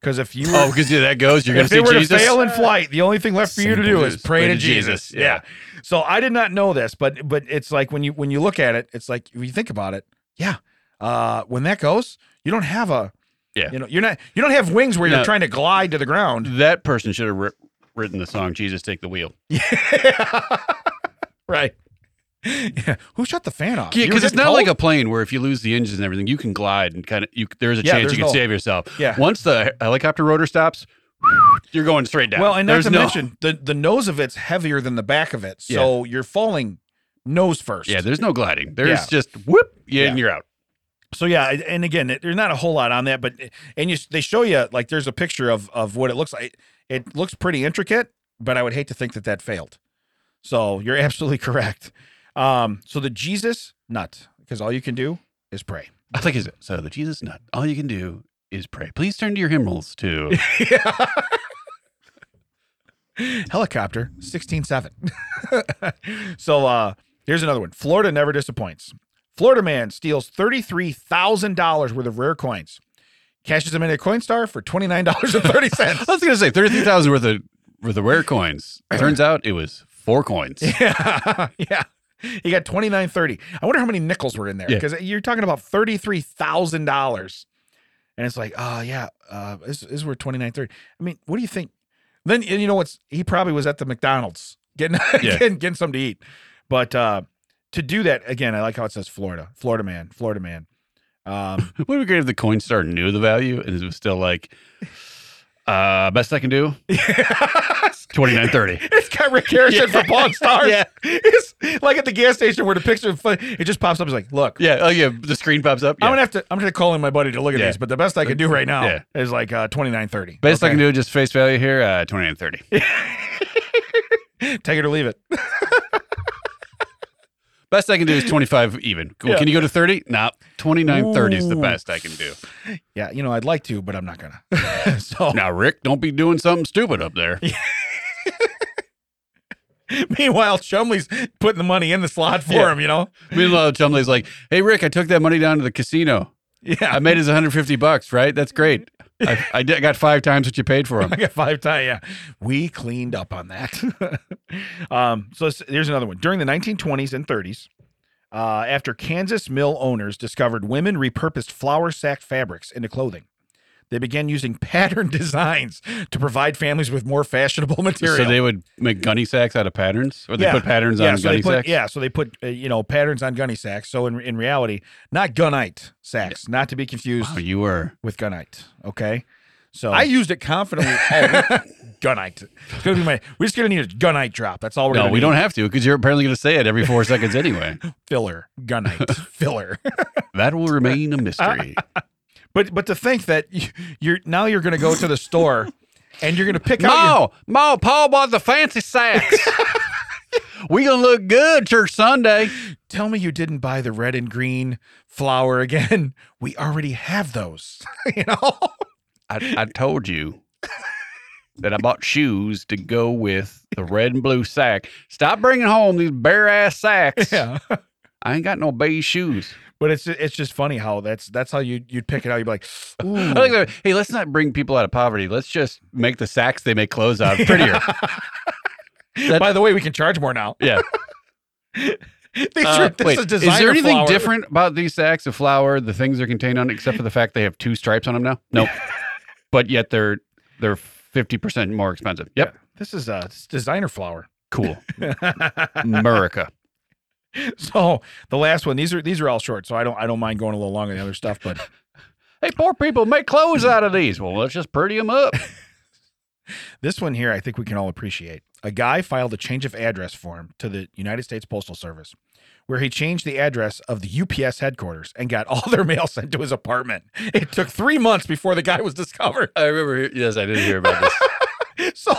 Because if you Oh, were, because that goes, you're going if to see they were to Jesus. fail in flight, the only thing left for you to Simple do is as pray to Jesus. Yeah. So I did not know this, but but it's like when you when you look at it, it's like when you think about it, yeah. Uh, when that goes, you don't have a, Yeah. you know, you're not you don't have wings where you're No. trying to glide to the ground. That person should have re- written the song "Jesus Take the Wheel." Mm. right. Yeah. Who shut the fan off? Yeah, You because were it's getting not cold? like a plane where if you lose the engines and everything, you can glide and kind of you. There is a Yeah, chance there's you can no- save yourself. Yeah. Once the helicopter rotor stops, you're going straight down. Well, and not there's to no. mention the the nose of it's heavier than the back of it, so you're falling nose first. Yeah, there's no gliding. There's Yeah. just whoop, yeah, Yeah. and you're out. So yeah, and- and again, it- there's not a whole lot on that, but and you they show you like there's a picture of of what it looks like. It looks pretty intricate, but I would hate to think that that failed. So you're absolutely correct. Um, so the Jesus nut, because all you can do is pray. I think is so. The Jesus nut. All you can do is pray. Please turn to your hymnals too. Helicopter sixteen seven. so uh, here's another one. Florida never disappoints. Florida man steals $33,000 worth of rare coins, cashes them in at Coinstar for $29.30. I was gonna say thirty-three thousand worth of worth of rare coins. Turns out it was four coins. Yeah, yeah. He got twenty nine thirty. I wonder how many nickels were in there Yeah. because you're talking about thirty three thousand dollars, and it's like, oh yeah, uh, this, this is where twenty nine thirty. I mean, what do you think? Then and you know what's he probably was at the McDonald's getting Yeah. getting, getting something to eat, but uh, to do that again, I like how it says Florida, Florida man, Florida man. Um, Would be great if the Coinstar knew the value and it was still like, uh, best I can do twenty nine thirty. It's got Rick Harrison for Pawn Stars. Yeah. It's like at the gas station where the picture, of- it just pops up. It's like, look, Yeah. Oh yeah. The screen pops up. Yeah. I'm gonna have to. I'm gonna call in my buddy to look at Yeah. these, but the best I can do right now Yeah. is like uh, 29.30. Best I can do just face value here. Uh, twenty nine thirty. do. Take it or leave it. Best I can do is twenty five even. Cool. Yeah. Can you go to thirty? No. Twenty nine thirty is the Ooh. best I can do. Yeah, you know I'd like to, but I'm not gonna. so Now Rick, don't be doing something stupid up there. meanwhile, Chumley's putting the money in the slot for Yeah. him. You know. Meanwhile, Chumley's like, "Hey Rick, I took that money down to the casino. Yeah. I made his 150 bucks, right? That's great. I, I did- got five times what you paid for him. I got five times. Yeah, we cleaned up on that. um, so s- here's another one. During the 1920s and 30s, uh, after Kansas mill owners discovered women repurposed flour sack fabrics into clothing, they began using pattern designs to provide families with more fashionable material. So they would make gunny sacks out of patterns, or they Yeah. put patterns yeah, on so gunny they put, sacks. yeah, so they put uh, you know patterns on gunny sacks. So in in reality, not gunite sacks, not to be confused Wow, you were. with gunite. Okay. So I used it confidently. all week. gunite. It's gonna be my. We're just gonna need a gunite drop. That's all we're No, gonna. we need. don't have to because you're apparently going to say it every four seconds anyway. filler gunite filler. That will remain a mystery. but but to think that you- you're now you're gonna go to the store and you're gonna pick out. Mo, Mo, Paul bought the fancy sacks. we gonna look good church Sunday. Your, tell me you didn't buy the red and green flower again. We already have those. you know. I, I told you that I bought shoes to go with the red and blue sack. Stop bringing home these bare ass sacks. Yeah. I ain't got no beige shoes. But it's it's just funny how that's that's how you you'd pick it out. You'd be like, I Ooh, like that. Hey, let's not bring people out of poverty. Let's just make the sacks they make clothes out of prettier. that- by the way, we can charge more now. yeah. These Uh, are- this wait, is is designer there anything flower. different about these sacks of flour, the things they're contained on, except for the fact they have two stripes on them now? Nope. but yet they're they're fifty percent more expensive. Yep. This is uh, this designer flower. Cool. America. so the last one, these are these are all short, so I don't I don't mind going a little long on the other stuff, but Hey, poor people make clothes out of these. Well, let's just pretty them up. this one here I think we can all appreciate. A guy filed a change of address form to the United States Postal Service, where he changed the address of the UPS headquarters and got all their mail sent to his apartment. It took three months before the guy was discovered. I remember. Yes, I did hear about this. So,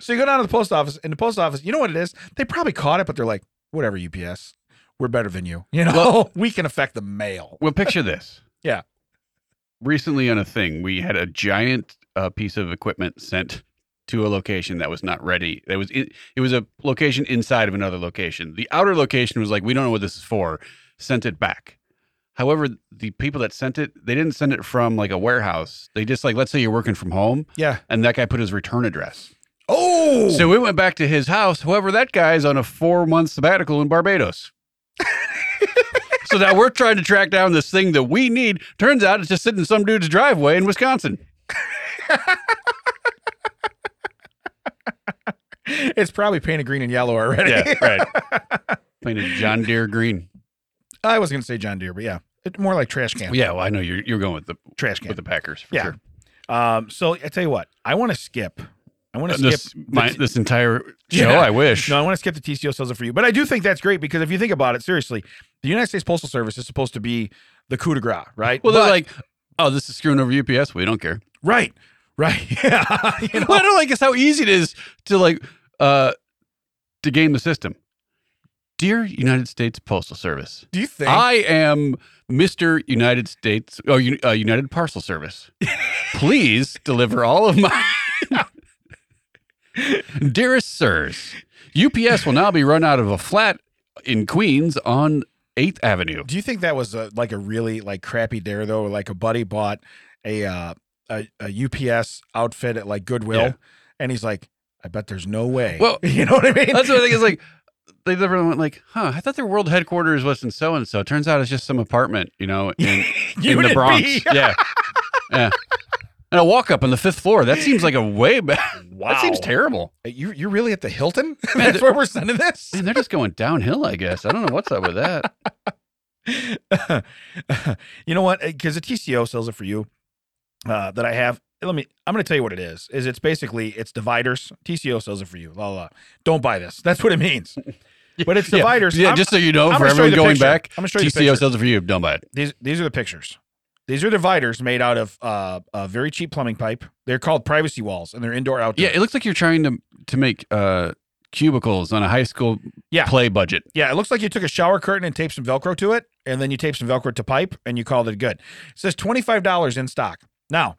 so you go down to the post office, and the post office, you know what it is? They probably caught it, but they're like, whatever, UPS, we're better than you. You know, Well- we can affect the mail. well, picture this. Yeah. Recently, on a thing, we had a giant uh, piece of equipment sent to a location that was not ready. That was in, it was a location inside of another location. The outer location was like, we don't know what this is for. Sent it back. However, the people that sent it, they didn't send it from like a warehouse. They just like, let's say you're working from home, Yeah. and that guy put his return address. Oh, So we went back to his house. However, that guy's on a four month sabbatical in Barbados. so now we're trying to track down this thing that we need. Turns out it's just sitting in some dude's driveway in Wisconsin. It's probably painted green and yellow already. Yeah, right. Painted John Deere green. I was going to say John Deere, but yeah, it, more like trash can. Yeah, well, I know you're you're going with the Trash can. with the Packers for Yeah. sure. Um, so I tell you what, I want to skip. I want Uh, to skip This my, the- this entire show. Yeah. I wish. No, I want to skip the TCO sells it for you, but I do think that's great because if you think about it seriously, the United States Postal Service is supposed to be the coup de grace, right? well, they're But- like, oh, this is screwing over UPS. We don't care. right, right, yeah. you know? Well, I don't like is how easy it is to like uh to game the system. Dear United States Postal Service, Do you think? I am Mister United States or U- uh, United Parcel Service. Please deliver all of my dearest sirs. UPS will now be run out of a flat in Queens on Eighth Avenue. do you think that was a, like a really like crappy dare though? Like a buddy bought a uh, a, a UPS outfit at like Goodwill, Yeah. and he's like, I bet there's no way. Well, you know what I mean? That's what I think is like. They never went like, huh? I thought their world headquarters was in so and so. Turns out it's just some apartment, you know, in, in the Unit Bronx. B. Yeah, yeah. And a walk up on the fifth floor. That seems like a way back. Wow. That seems terrible. You you're really at the Hilton? Man, That's the- where we're sending this. Man, they're just going downhill. I guess I don't know what's up with that. you know what? Because the TCO sells it for you uh, that I have. Let me. I'm going to tell you what it is. Is it's basically it's dividers. TCO sells it for you. La la. la. Don't buy this. That's what it means. But it's Yeah. dividers. Yeah, I'm- just so you know, I'm for gonna show everyone you the going picture. back, I'm going to show you the TCO picture. sells it for you. Don't buy it. These these are the pictures. These are dividers made out of uh, a very cheap plumbing pipe. They're called privacy walls, and they're indoor outdoor. Yeah, it looks like you're trying to to make uh, cubicles on a high school Yeah. play budget. Yeah, it looks like you took a shower curtain and taped some Velcro to it, and then you taped some Velcro to pipe, and you called it good. It says $25 in stock. Now,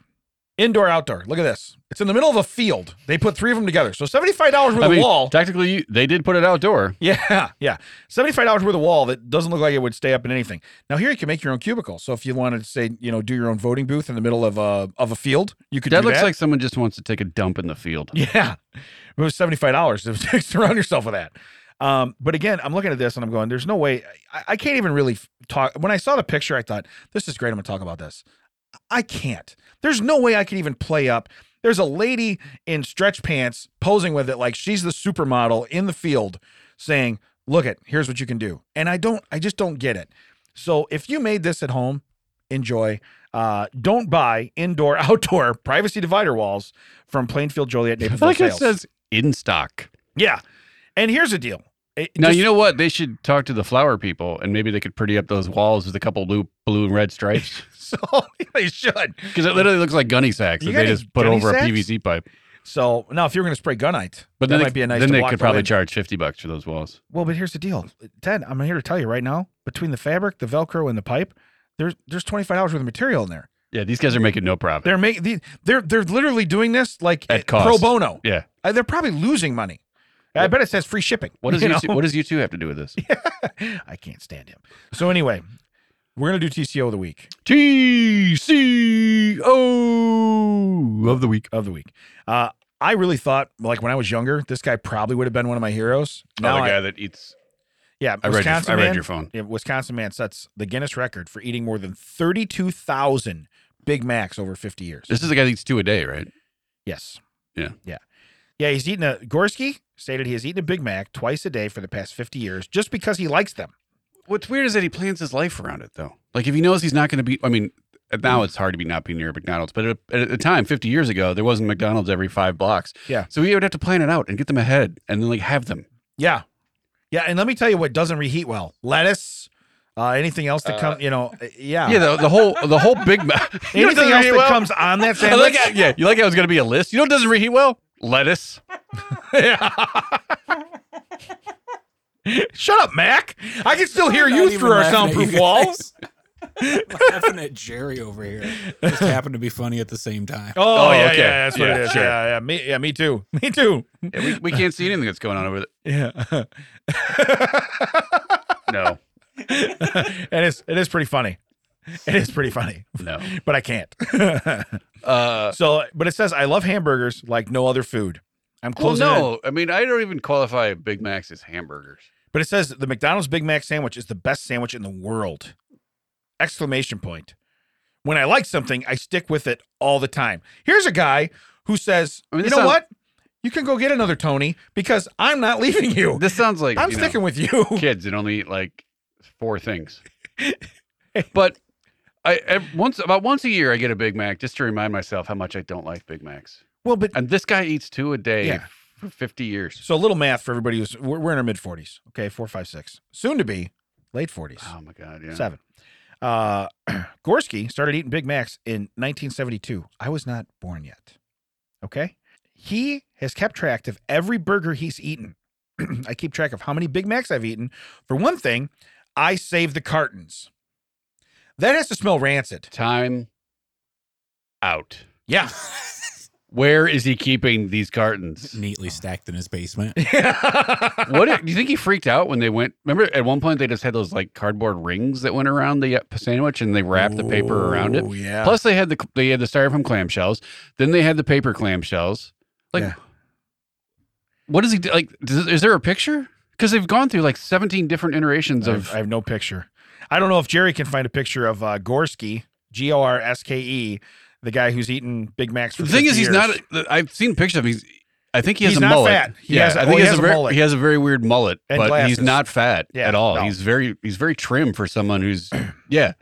indoor, outdoor. Look at this. It's in the middle of a field. They put three of them together. So $75 worth I mean, of wall. technically, you, they did put it outdoor. yeah, yeah. $75 worth of wall that doesn't look like it would stay up in anything. Now, here you can make your own cubicle. So if you wanted to, say, you know, do your own voting booth in the middle of a, of a field, you could That do looks that. like someone just wants to take a dump in the field. Yeah. It was $75 to surround yourself with that. Um, but again, I'm looking at this and I'm going, there's no way I, I can't even really f- talk. When I saw the picture, I thought, this is great. I'm gonna talk about this. I can't. There's no way I could even play up. There's a lady in stretch pants posing with it like she's the supermodel in the field saying, look it, here's what you can do. And I don't, I just don't get it. So if you made this at home, enjoy. Uh, don't buy indoor, outdoor privacy divider walls from Plainfield Joliet I Naperville like it Sales. says in stock. yeah. And here's the deal. It- Now just- you know what? They should talk to the flower people, and maybe they could pretty up those walls with a couple blue, blue and red stripes, so they should. because it literally looks like gunny sacks You that they got any just put gunny over sacks? a PVC pipe. So now, if you're going to spray gunite, But that then, might be they, a nice. then to they block could probably the wind. charge fifty bucks for those walls. Well, but here's the deal, Ted. I'm here to tell you right now. Between the fabric, the Velcro, and the pipe, there's there's twenty five dollars worth of material in there. Yeah, these guys are making no profit. They're making they're they're literally doing this like At uh, cost. pro bono. Yeah. Uh, they're probably losing money. I Yeah. bet it says free shipping. What does you you know? two, what does you two have to do with this? I can't stand him. So anyway, we're gonna do TCO of the week TCO of the week. of the week. Uh, I really thought like when I was younger, this guy probably would have been one of my heroes. Another I- guy that eats. yeah, I read, your, Wisconsin I read man. your phone. Yeah, Wisconsin man sets the Guinness record for eating more than 32,000 Big Macs over 50 years. This is the guy that eats two a day, right? Yes. Yeah. Yeah. Yeah, he's eaten a Gorski stated he has eaten a Big Mac twice a day for the past 50 years just because he likes them. What's weird is that he plans his life around it, though. Like if he knows he's not going to be, I mean, now it's hard to be not being near a McDonald's, but at a, at a time, fifty years ago, there wasn't McDonald's every five blocks. Yeah. So he would have to plan it out and get them ahead, and then like have them. Yeah. Yeah, and let me tell you what doesn't reheat well. Lettuce, uh, anything else that Uh, comes, you know, uh, yeah. Yeah. The, the whole the whole Big Mac. You know anything what doesn't else reheat that well? comes on that I like sandwich. how- yeah, you like how it's going to be a list. You know what doesn't reheat well? Lettuce. Shut up, Mac. I can still hear you through our soundproof wall. laughing at Jerry over here. Just happened to be funny at the same time. Oh, Oh, yeah, okay. yeah, that's what Yeah, it is. sure. Yeah, yeah, me, yeah, me too. Me too. Yeah, we, we can't see anything that's going on over there. Yeah. No, it is it is pretty funny. It is pretty funny, no. but I can't. Uh, so, but it says I love hamburgers like no other food. I'm well, closing in. Oh, no. I mean, I don't even qualify Big Macs as hamburgers. But it says the McDonald's Big Mac sandwich is the best sandwich in the world. Exclamation point. When I like something, I stick with it all the time. Here's a guy who says, I mean, "You this know sounds- what? You can go get another Tony because I'm not leaving you. This sounds like Oh. I'm you know, sticking with you. kids that only eat like four things. but I, I once about once a year I get a Big Mac just to remind myself how much I don't like Big Macs. Well, but And this guy eats two a day Yeah. for fifty years. so a little math for everybody who's we're, we're in our mid 40s. Okay, four, five, six, soon to be late 40s, Oh my god, yeah. seven. Uh, Gorski started eating Big Macs in 1972. I was not born yet. Okay, he has kept track of every burger he's eaten. I keep track of how many Big Macs I've eaten. For one thing, I save the cartons. That has to smell rancid. Time out. Yeah. Where is he keeping these cartons? Neatly stacked in his basement. What do you think he freaked out when they went? Remember, at one point they just had those like cardboard rings that went around the uh, sandwich, and they wrapped the paper around it. Oh, Yeah. Plus, they had the they had the styrofoam clamshells. Then they had the paper clamshells. Like, Yeah. what does he do? like? Does, is there a picture? Because they've gone through like seventeen different iterations I of. have, I have no picture. I don't know if Jerry can find a picture of uh, Gorski, G O R S K E, the guy who's eaten Big Macs for the thing 50 is, he's years. not. I've seen pictures of him. He's. I think he has He's a not mullet. fat. He yeah, has- I oh, think he has a a very, mullet. he has a very weird mullet, And but glasses. he's not fat Yeah, at all. no. He's very he's very trim for someone who's yeah.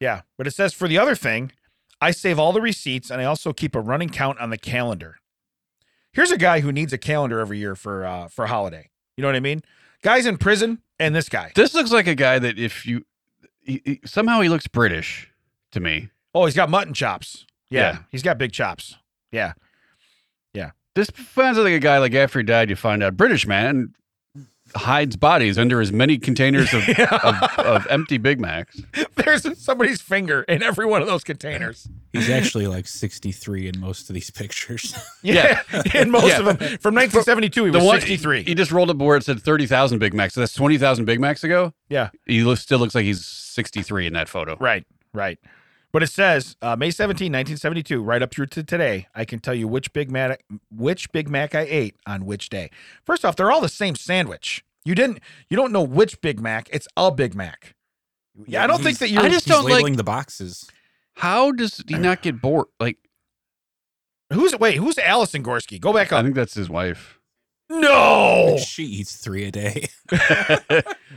Yeah. But it says for the other thing, I save all the receipts and I also keep a running count on the calendar. Here's a guy who needs a calendar every year for uh, for a holiday. You know what I mean? Guys in prison and this guy. This looks like a guy that if you he, he- somehow he looks British to me. Oh, he's got mutton chops. Yeah. Yeah. He's got big chops. Yeah. This sounds like a guy like after he died, you find out British man hides bodies under as many containers of, of, of empty Big Macs. There's somebody's finger in every one of those containers. He's actually like 63 in most of these pictures. Yeah. in most Yeah. of them. From 1972, he was 63. He just rolled up where it said thirty thousand Big Macs. So that's twenty thousand Big Macs ago. yeah. He looks, still looks like he's sixty three in that photo. Right, right. But it says uh, May 17, 1972, right up through to today, I can tell you which Big Mac which Big Mac I ate on which day. First off, they're all the same sandwich. You didn't you don't know which Big Mac, it's a Big Mac. Yeah, I don't think He's- that you're I just he's don't like- labeling the boxes. How does he not get bored? Like who's wait, who's Allison Gorsky? Go back I up. think that's his wife. No. Oh. She eats three a day.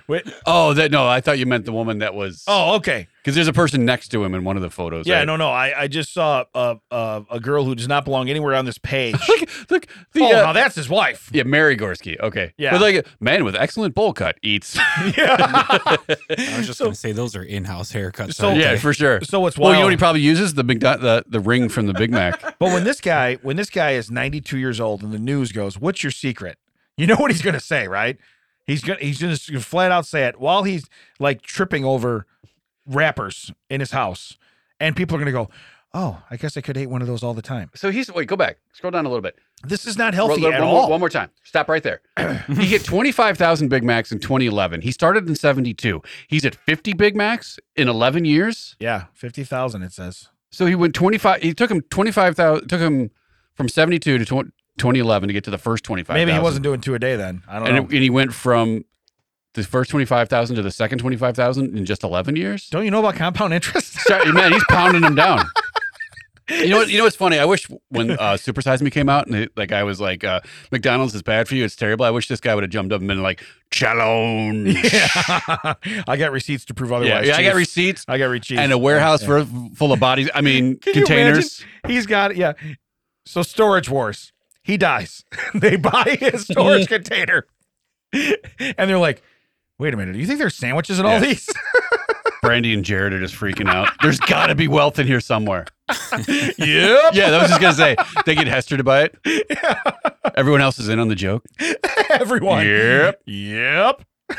Wait. Oh, that no! I thought you meant the woman that was. Oh, okay. because there's a person next to him in one of the photos. Yeah, right? no, no. I, I just saw a, a a girl who does not belong anywhere on this page. Look, look. The, oh, uh, now that's his wife. Yeah, Mary Gorski. Okay. Yeah. But like man with excellent bowl cut eats. I was just going to say those are in-house haircuts. So- aren't yeah, they? for sure. So what's well, wild? you know what he probably uses the big the the ring from the Big Mac. But when this guy, when this guy is 92 years old and the news goes, "What's your secret?" You know what he's going to say, right? He's going to he's gonna just gonna flat out say it while he's like tripping over wrappers in his house, and people are going to go, "Oh, I guess I could eat one of those all the time." so he's wait, go back, scroll down a little bit. This is not One, healthy one at more, all. one more time. Stop right there. he hit twenty five thousand Big Macs in 2011. He started in 72. He's at 50 Big Macs in 11 years. Yeah, fifty thousand. It says. So he went 25. He took him 25,000. Took him from 72 to 20, 2011 to get to the first 25. Maybe he wasn't doing two a day then. I don't And, know. it, and he went from the first 25,000 to the second 25,000 in just 11 years. don't you know about compound interest? Sorry, man, he's pounding them down. You know, what, you know what's funny? I wish when uh, Super Size Me came out and it, like I was like, uh, McDonald's is bad for you. It's terrible. I wish this guy would have jumped up and been like, challenge. yeah. I got receipts to prove yeah, otherwise. yeah, I got Chief. receipts I got receipts and a warehouse full- full of bodies. I mean, Can you containers. He's got yeah. So storage wars. He dies. they buy his storage container, and they're like, "Wait a minute! Do you think there's sandwiches in all Yeah. these?" Brandy and Jared are just freaking out. There's got to be wealth in here somewhere. yep. Yeah, I was just gonna say they get Hester to buy it. Everyone else is in on the joke. Everyone. Yep. Yep.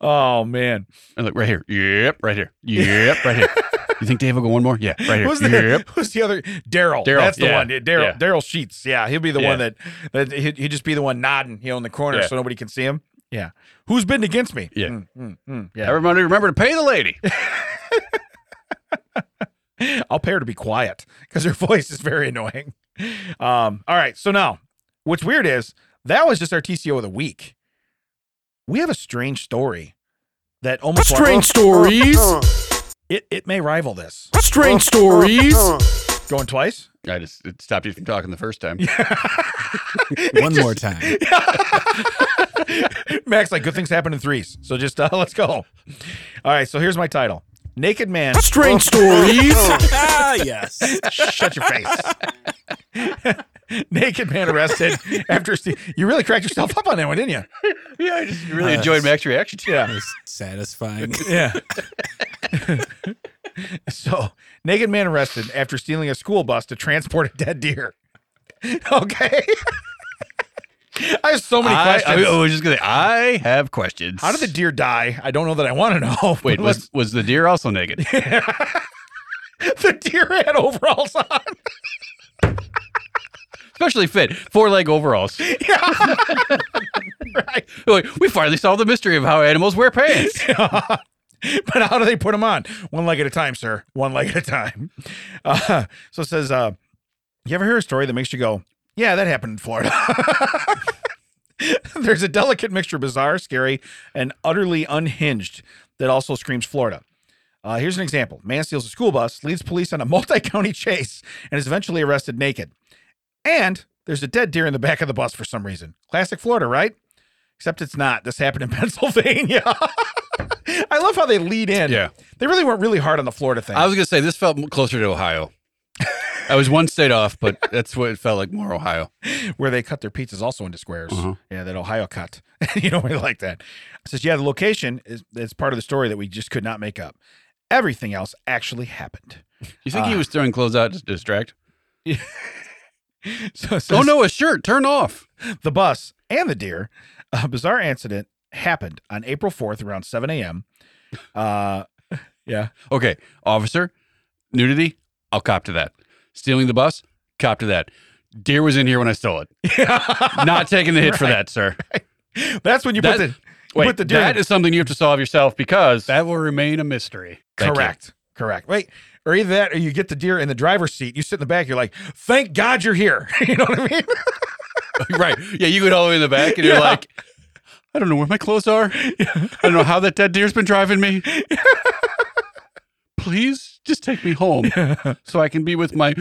oh man. And look right here. Yep. Right here. Yep. Right here. You think Dave will go one more? Yeah. Right here. Who's the Yep. Who's the other? Daryl. Daryl, That's the yeah, one. Daryl. yeah. Daryl Sheets. Yeah, he'll be the Yeah. one that that he'd, he'd just be the one nodding, you know, in the corner Yeah. so nobody can see him. Yeah. Who's been against me? Yeah. Mm, mm, mm. Yeah. Everybody remember to pay the lady. I'll pay her to be quiet because her voice is very annoying. Um, all right. So now, what's weird is that was just our TCO of the week. We have a strange story that almost Oh, Strange stories. it, it may rival this. Strange stories. Going twice? I just it stopped you from talking the first time. One more time. Max, like good things happen in threes. So just uh, let's go. All right. So here's my title: Naked Man. Strange stories. ah, yes. Shut your face. Naked man arrested after Steve. You really cracked yourself up on that one, didn't you? yeah, I just really Uh, enjoyed Max's reaction. To Yeah. That was satisfying. Yeah. so, naked man arrested after stealing a school bus to transport a dead deer. Okay. I have so many I, I, questions. was just gonna say I have questions. How did the deer die? I don't know that I want to know. wait? but Was was the deer also naked? let's- the deer had overalls on? Especially fit four leg overalls. right. Wait, we finally solved the mystery of how animals wear pants. but how do they put them on? One leg at a time, sir. One leg at a time. Uh, so it says, uh, you ever hear a story that makes you go, yeah, that happened in Florida? There's a delicate mixture of bizarre, scary, and utterly unhinged that also screams Florida. Uh, here's an example. Man steals a school bus, leads police on a multi-county chase, and is eventually arrested naked. And there's a dead deer in the back of the bus for some reason. Classic Florida, right? Except it's not. This happened in Pennsylvania. I love how they lead in. Yeah. They really went really hard on the Florida thing. I was gonna say this felt closer to Ohio. I was one state off, but that's what it felt like more Ohio. where they cut their pizzas also into squares. Mhm. Yeah, that Ohio cut. you know, we like that. It says, yeah, the location is it's part of the story that we just could not make up. Everything else actually happened. You think he Ah. was throwing clothes out to distract? So it says, Oh no, a shirt. Turn off. the bus and the deer. A bizarre incident happened on April 4th around 7 a.m. Uh, yeah. Okay, officer, nudity. I'll cop to that. Stealing the bus. Cop to that. Deer was in here when I stole it. Not taking the hit for that, sir. That's when you put That- the you Wait, put the deer that in- is something you have to solve yourself because that will remain a mystery. correct. Correct. Wait, or either that or you get the deer in the driver's seat. You sit in the back, you're like, thank God you're here. you know what I mean? right. Yeah, you go all the way in the back and you're Yeah. like, I don't know where my clothes are. I don't know how that dead deer's been driving me. Please just take me home so I can be with my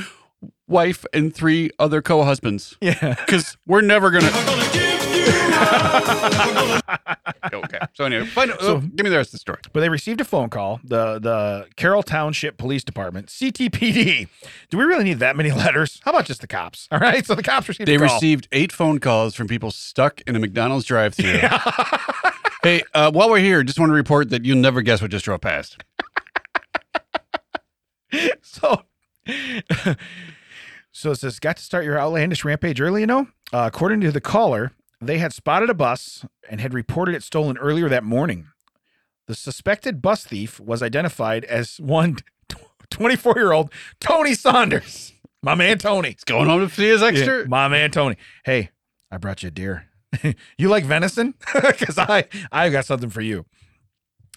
wife and three other co husbands. Yeah. Because we're never going to. okay. So, anyway, find, So- oh, give me the rest of the story. But they received a phone call, the the Carroll Township Police Department, CTPD. Do we really need that many letters? How about just the cops? All right. So the cops received They a call. received eight phone calls from people stuck in a McDonald's drive thru. hey, uh, while we're here, just want to report that you'll never guess what just drove past. so so it says got to start your outlandish rampage early you know uh, according to the caller they had spotted a bus and had reported it stolen earlier that morning the suspected bus thief was identified as one 24 year old tony saunders my man tony Going home to see his Yeah, extra. my man Tony. Hey, I brought you a deer. you like venison? Because I I got something for you.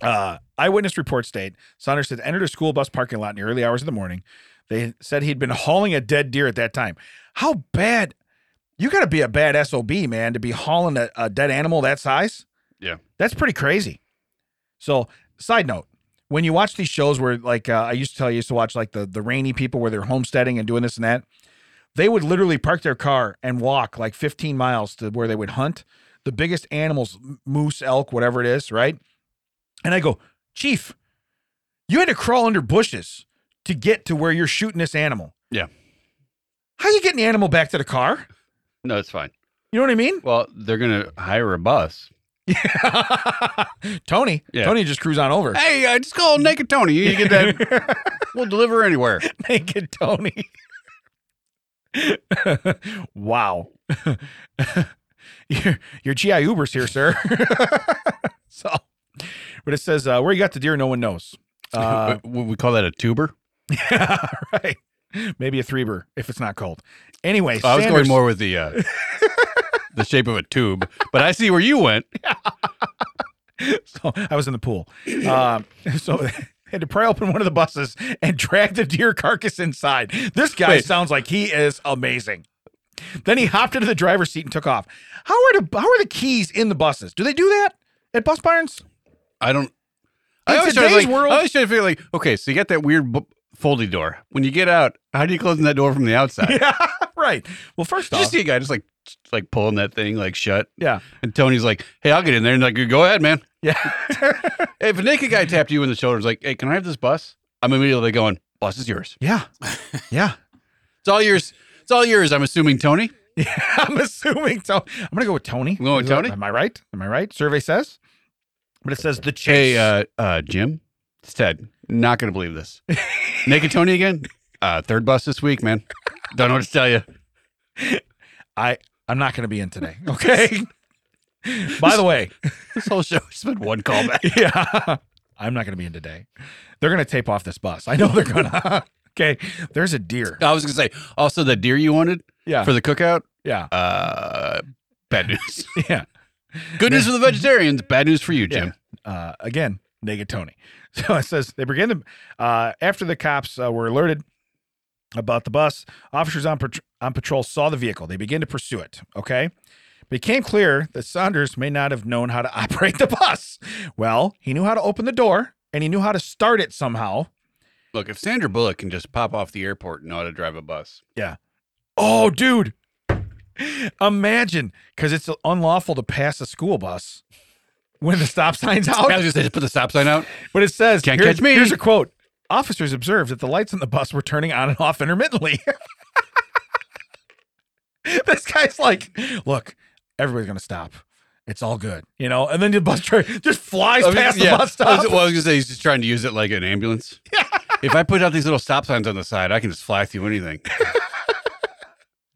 Uh, eyewitness report state Saunders had entered a school bus parking lot in the early hours of the morning. They said he'd been hauling a dead deer at that time. How bad? You got to be a bad SOB, man, to be hauling a, a dead animal that size. Yeah. That's pretty crazy. So, side note, when you watch these shows where, like, uh, I used to tell you, I used to watch, like, the, the rainy people where they're homesteading and doing this and that, they would literally park their car and walk like 15 miles to where they would hunt the biggest animals m- moose elk whatever it is right and i go chief you had to crawl under bushes to get to where you're shooting this animal Yeah. how you getting the animal back to the car No, it's fine. you know what i mean Well, they're gonna hire a bus. tony Yeah. tony just cruise on over Hey, I just called Naked Tony. You get that? we'll deliver anywhere. naked Tony. wow. your, your GI Uber's here, sir. so, but it says uh, where you got the deer, no one knows. Uh, we, we call that a tuber. right. Maybe a threeber if it's not cold. Anyway, Oh, I was Sanders- going more with the uh, the shape of a tube, but I see where you went. so I was in the pool. Um, so they had to pry open one of the buses and drag the deer carcass inside. This guy Wait. sounds like he is amazing. Then he hopped into the driver's seat and took off. How are the how are the keys in the buses? Do they do that at bus barns? I don't. I In always try to today's like, world- I always try to feel like okay, so you got that weird b- foldy door. When you get out, how do you close that door from the outside? Yeah, right. Well, first Did you off, see a guy just like like pulling that thing like shut? yeah, And Tony's like, "Hey, I'll get in there." And like, "Go ahead, man." yeah, If a naked guy tapped you in the shoulders, like, "Hey, can I have this bus?" I'm immediately going, "Bus is yours. yeah, yeah. It's all yours. It's all yours." I'm assuming Tony. I'm assuming. So I'm gonna go with Tony. You going with Tony? Am I right? Am I right? Survey says, but it says the chase. Hey, uh, uh, Jim, it's Ted. Not gonna believe this. naked Tony again. Uh, third bus this week, man. Don't know what to tell you. I I'm not gonna be in today. Okay. By the way, This whole show has been one callback. yeah, I'm not gonna be in today. They're gonna tape off this bus. I know they're gonna. okay. There's a deer. I was gonna say also the deer you wanted Yeah. for the cookout. yeah. Uh, bad news. Yeah. Good news for the vegetarians. Bad news for you, Jim. uh, again, naked Tony. So it says they began to, uh, after the cops uh, were alerted about the bus, officers on, pat- on patrol saw the vehicle. They began to pursue it. Okay. Became clear that Saunders may not have known how to operate the bus. Well, he knew how to open the door and he knew how to start it somehow. Look, if Sandra Bullock can just pop off the airport and know how to drive a bus, Oh, dude. Imagine, because it's unlawful to pass a school bus when the stop sign's out. I was just say, just put the stop sign out. But it says, Can't here's, catch me. Here's a quote. Officers observed that the lights on the bus were turning on and off intermittently. this guy's like, look, everybody's going to stop. It's all good, you know? And then the bus driver just flies I was- past yeah, the bus I stop. was, well, I was gonna say he's just trying to use it like an ambulance. if I put out these little stop signs on the side, I can just fly through anything.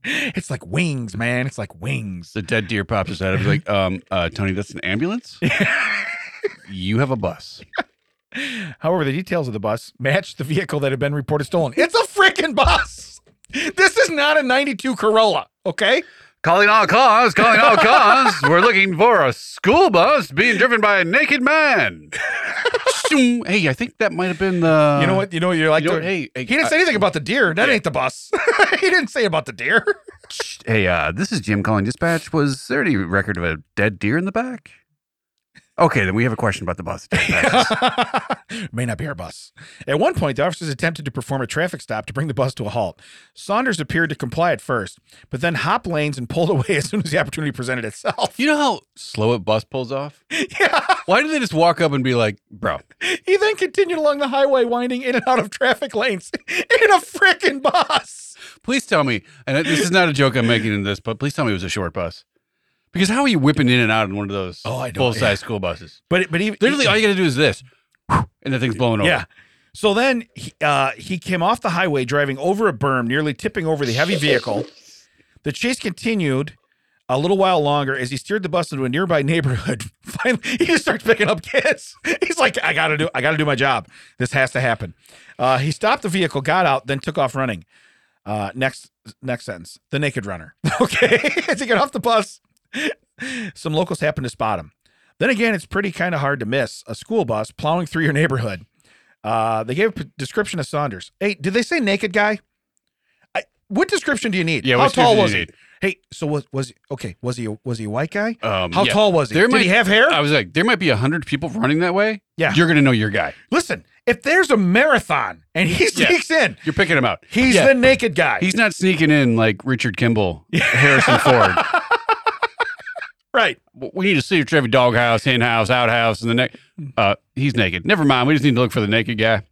it's like wings, man. It's like wings. The dead deer pops his head. I was like, um, uh, Tony, that's an ambulance. you have a bus. However, the details of the bus matched the vehicle that had been reported stolen. It's a freaking bus. This is not a 92 Corolla, okay? Calling all cars, calling all cars. We're looking for a school bus being driven by a naked man. hey, I think that might have been the. you know what? You know what you're like? Uh, you know to- what? Hey, uh, hey, he didn't I- say anything about the deer. That Yeah. ain't the bus. he didn't say about the deer. Hey, uh, this is Jim calling dispatch. Was there any record of a dead deer in the back? Okay, then we have a question about the bus. May not be our bus. At one point, the officers attempted to perform a traffic stop to bring the bus to a halt. Saunders appeared to comply at first, but then hopped lanes and pulled away as soon as the opportunity presented itself. you know how slow a bus pulls off? yeah. Why do they just walk up and be like, bro? He then continued along the highway, winding in and out of traffic lanes in a freaking bus. Please tell me, and this is not a joke I'm making in this, but please tell me it was a short bus. Because how are you whipping in and out in one of those Oh, I don't- full size yeah. school buses? But but even Literally, all you got to do is this, and the thing's blowing over. Yeah. So then he, uh, he came off the highway driving over a berm, nearly tipping over the heavy vehicle. The chase continued a little while longer as he steered the bus into a nearby neighborhood. Finally, he just starts picking up kids. He's like, "I gotta do, I gotta do my job. This has to happen." Uh, he stopped the vehicle, got out, then took off running. Uh, next, next sentence: the naked runner. Okay, as he got off the bus, some locals happened to spot him. Then again, it's pretty kind of hard to miss a school bus plowing through your neighborhood. Uh, they gave a p- description of Saunders. Hey, did they say naked guy? I, what description do you need? Yeah, how what tall description do was you he? need? Hey, so was was he, okay? Was he a, was he a white guy? Um, How yeah. tall was he? There Did might- he have hair? I was like, there might be uh, a hundred people running that way. Yeah. you're gonna know your guy. Listen, if there's a marathon and he sneaks in, You're picking him out. he's Yeah. the naked guy. He's not sneaking in like Richard Kimball, Harrison Ford. right. We need to see your every doghouse, hen house, outhouse, and the neck. Uh, he's naked. Never mind. We just need to look for the naked guy.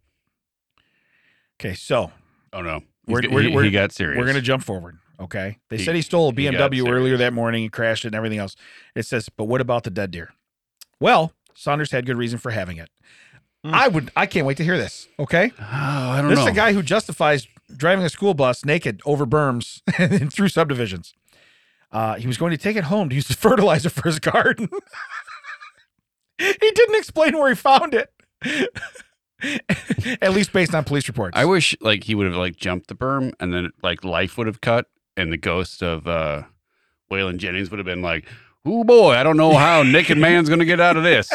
Okay, so Oh no, He's We're- g- we're- he, we're- he got serious. we're gonna jump forward. Okay. They He- said he stole a he got BMW earlier serious. that morning and crashed it and everything else. It says, but what about the dead deer? Well, Saunders had good reason for having it. Hmm. I would I can't wait to hear this. Okay. Oh, I don't This know. is a guy who justifies driving a school bus naked over berms and through subdivisions. Uh, he was going to take it home to use the fertilizer for his garden. he didn't explain where he found it, at least based on police reports. I wish like he would have like jumped the berm and then like life would have cut and the ghost of uh Waylon Jennings would have been like, Oh boy, I don't know how naked man's gonna get out of this.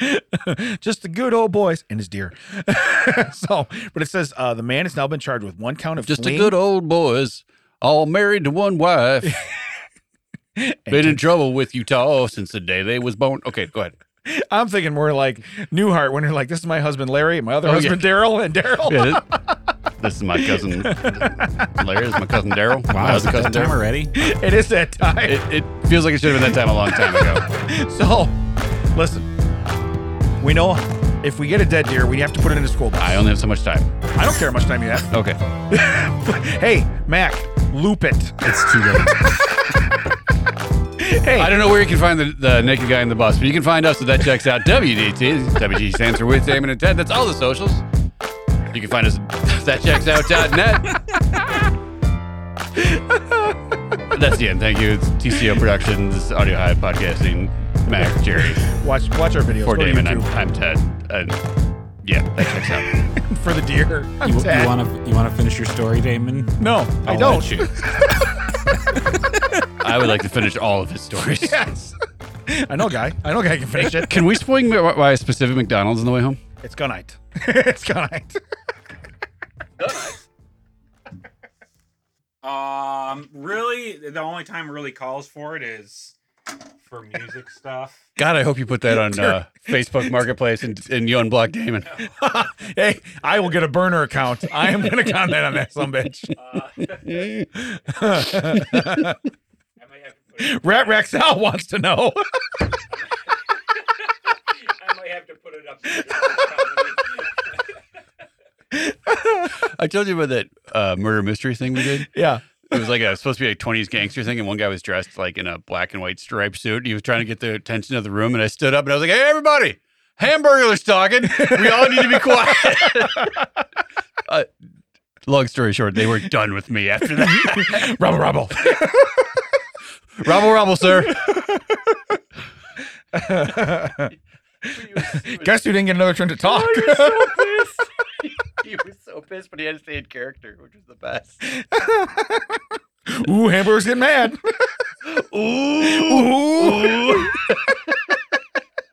Just the good old boys and his deer. so, but it says uh, the man has now been charged with one count of Just a fleeing good old boys, all married to one wife. and Been in trouble with Utah since the day they was born. Okay, go ahead. I'm thinking more like Newhart when you're like, this is my husband Larry, and my other Oh, yeah. husband Daryl, and Daryl. Yeah, this- this is my cousin Larry. This is my cousin Daryl. My Wow, is other it cousin that time Daryl. already? It is that time. It, it feels like it should have been that time a long time ago. so, listen, we know if we get a dead deer, we have to put it in a school box. I only have so much time. I don't care how much time you have. Okay. hey, Mac, loop it. It's too late. Hey, I don't know where you can find the, the naked guy in the bus, but you can find us at that checks out WDT. WG stands for with Damon and Ted. That's all the socials. You can find us at thatchecksout.net. That's the end. Thank you. It's TCO Productions, Audio Hive Podcasting, Mac, Jerry, watch watch our videos. poor Go to Damon. I'm, YouTube I'm Ted. And yeah, that checks out. for the deer. I'm You, sad. want to you want to finish your story, Damon? no, I I'll don't. let you. I would like to finish all of his stories. Yes. I know, guy. I know, guy can finish it. Can we swing by a specific McDonald's on the way home? It's gunite. it's gunite. Um, really, the only time it really calls for it is for music stuff. God, I hope you put that on uh, Facebook Marketplace and, and you unblock Damon. hey, I will get a burner account. I am going to comment on that, some bitch. Uh, I might have to put it, Rat Raxel wants to know. I might have to put it up. I told you about that uh, murder mystery thing we did. yeah. It was like a supposed to be a 20s gangster thing, and one guy was dressed like in a black and white striped suit. and He was trying to get the attention of the room, and I stood up and I was like, "Hey, everybody! Hamburger's talking. We all need to be quiet." uh, long story short, they were done with me after that. Rubble, rubble. Robble, robble, sir. Guess who didn't get another turn to talk? he was so pissed, but he had to stay in character, which was the best. Ooh, hamburgers get mad. Ooh.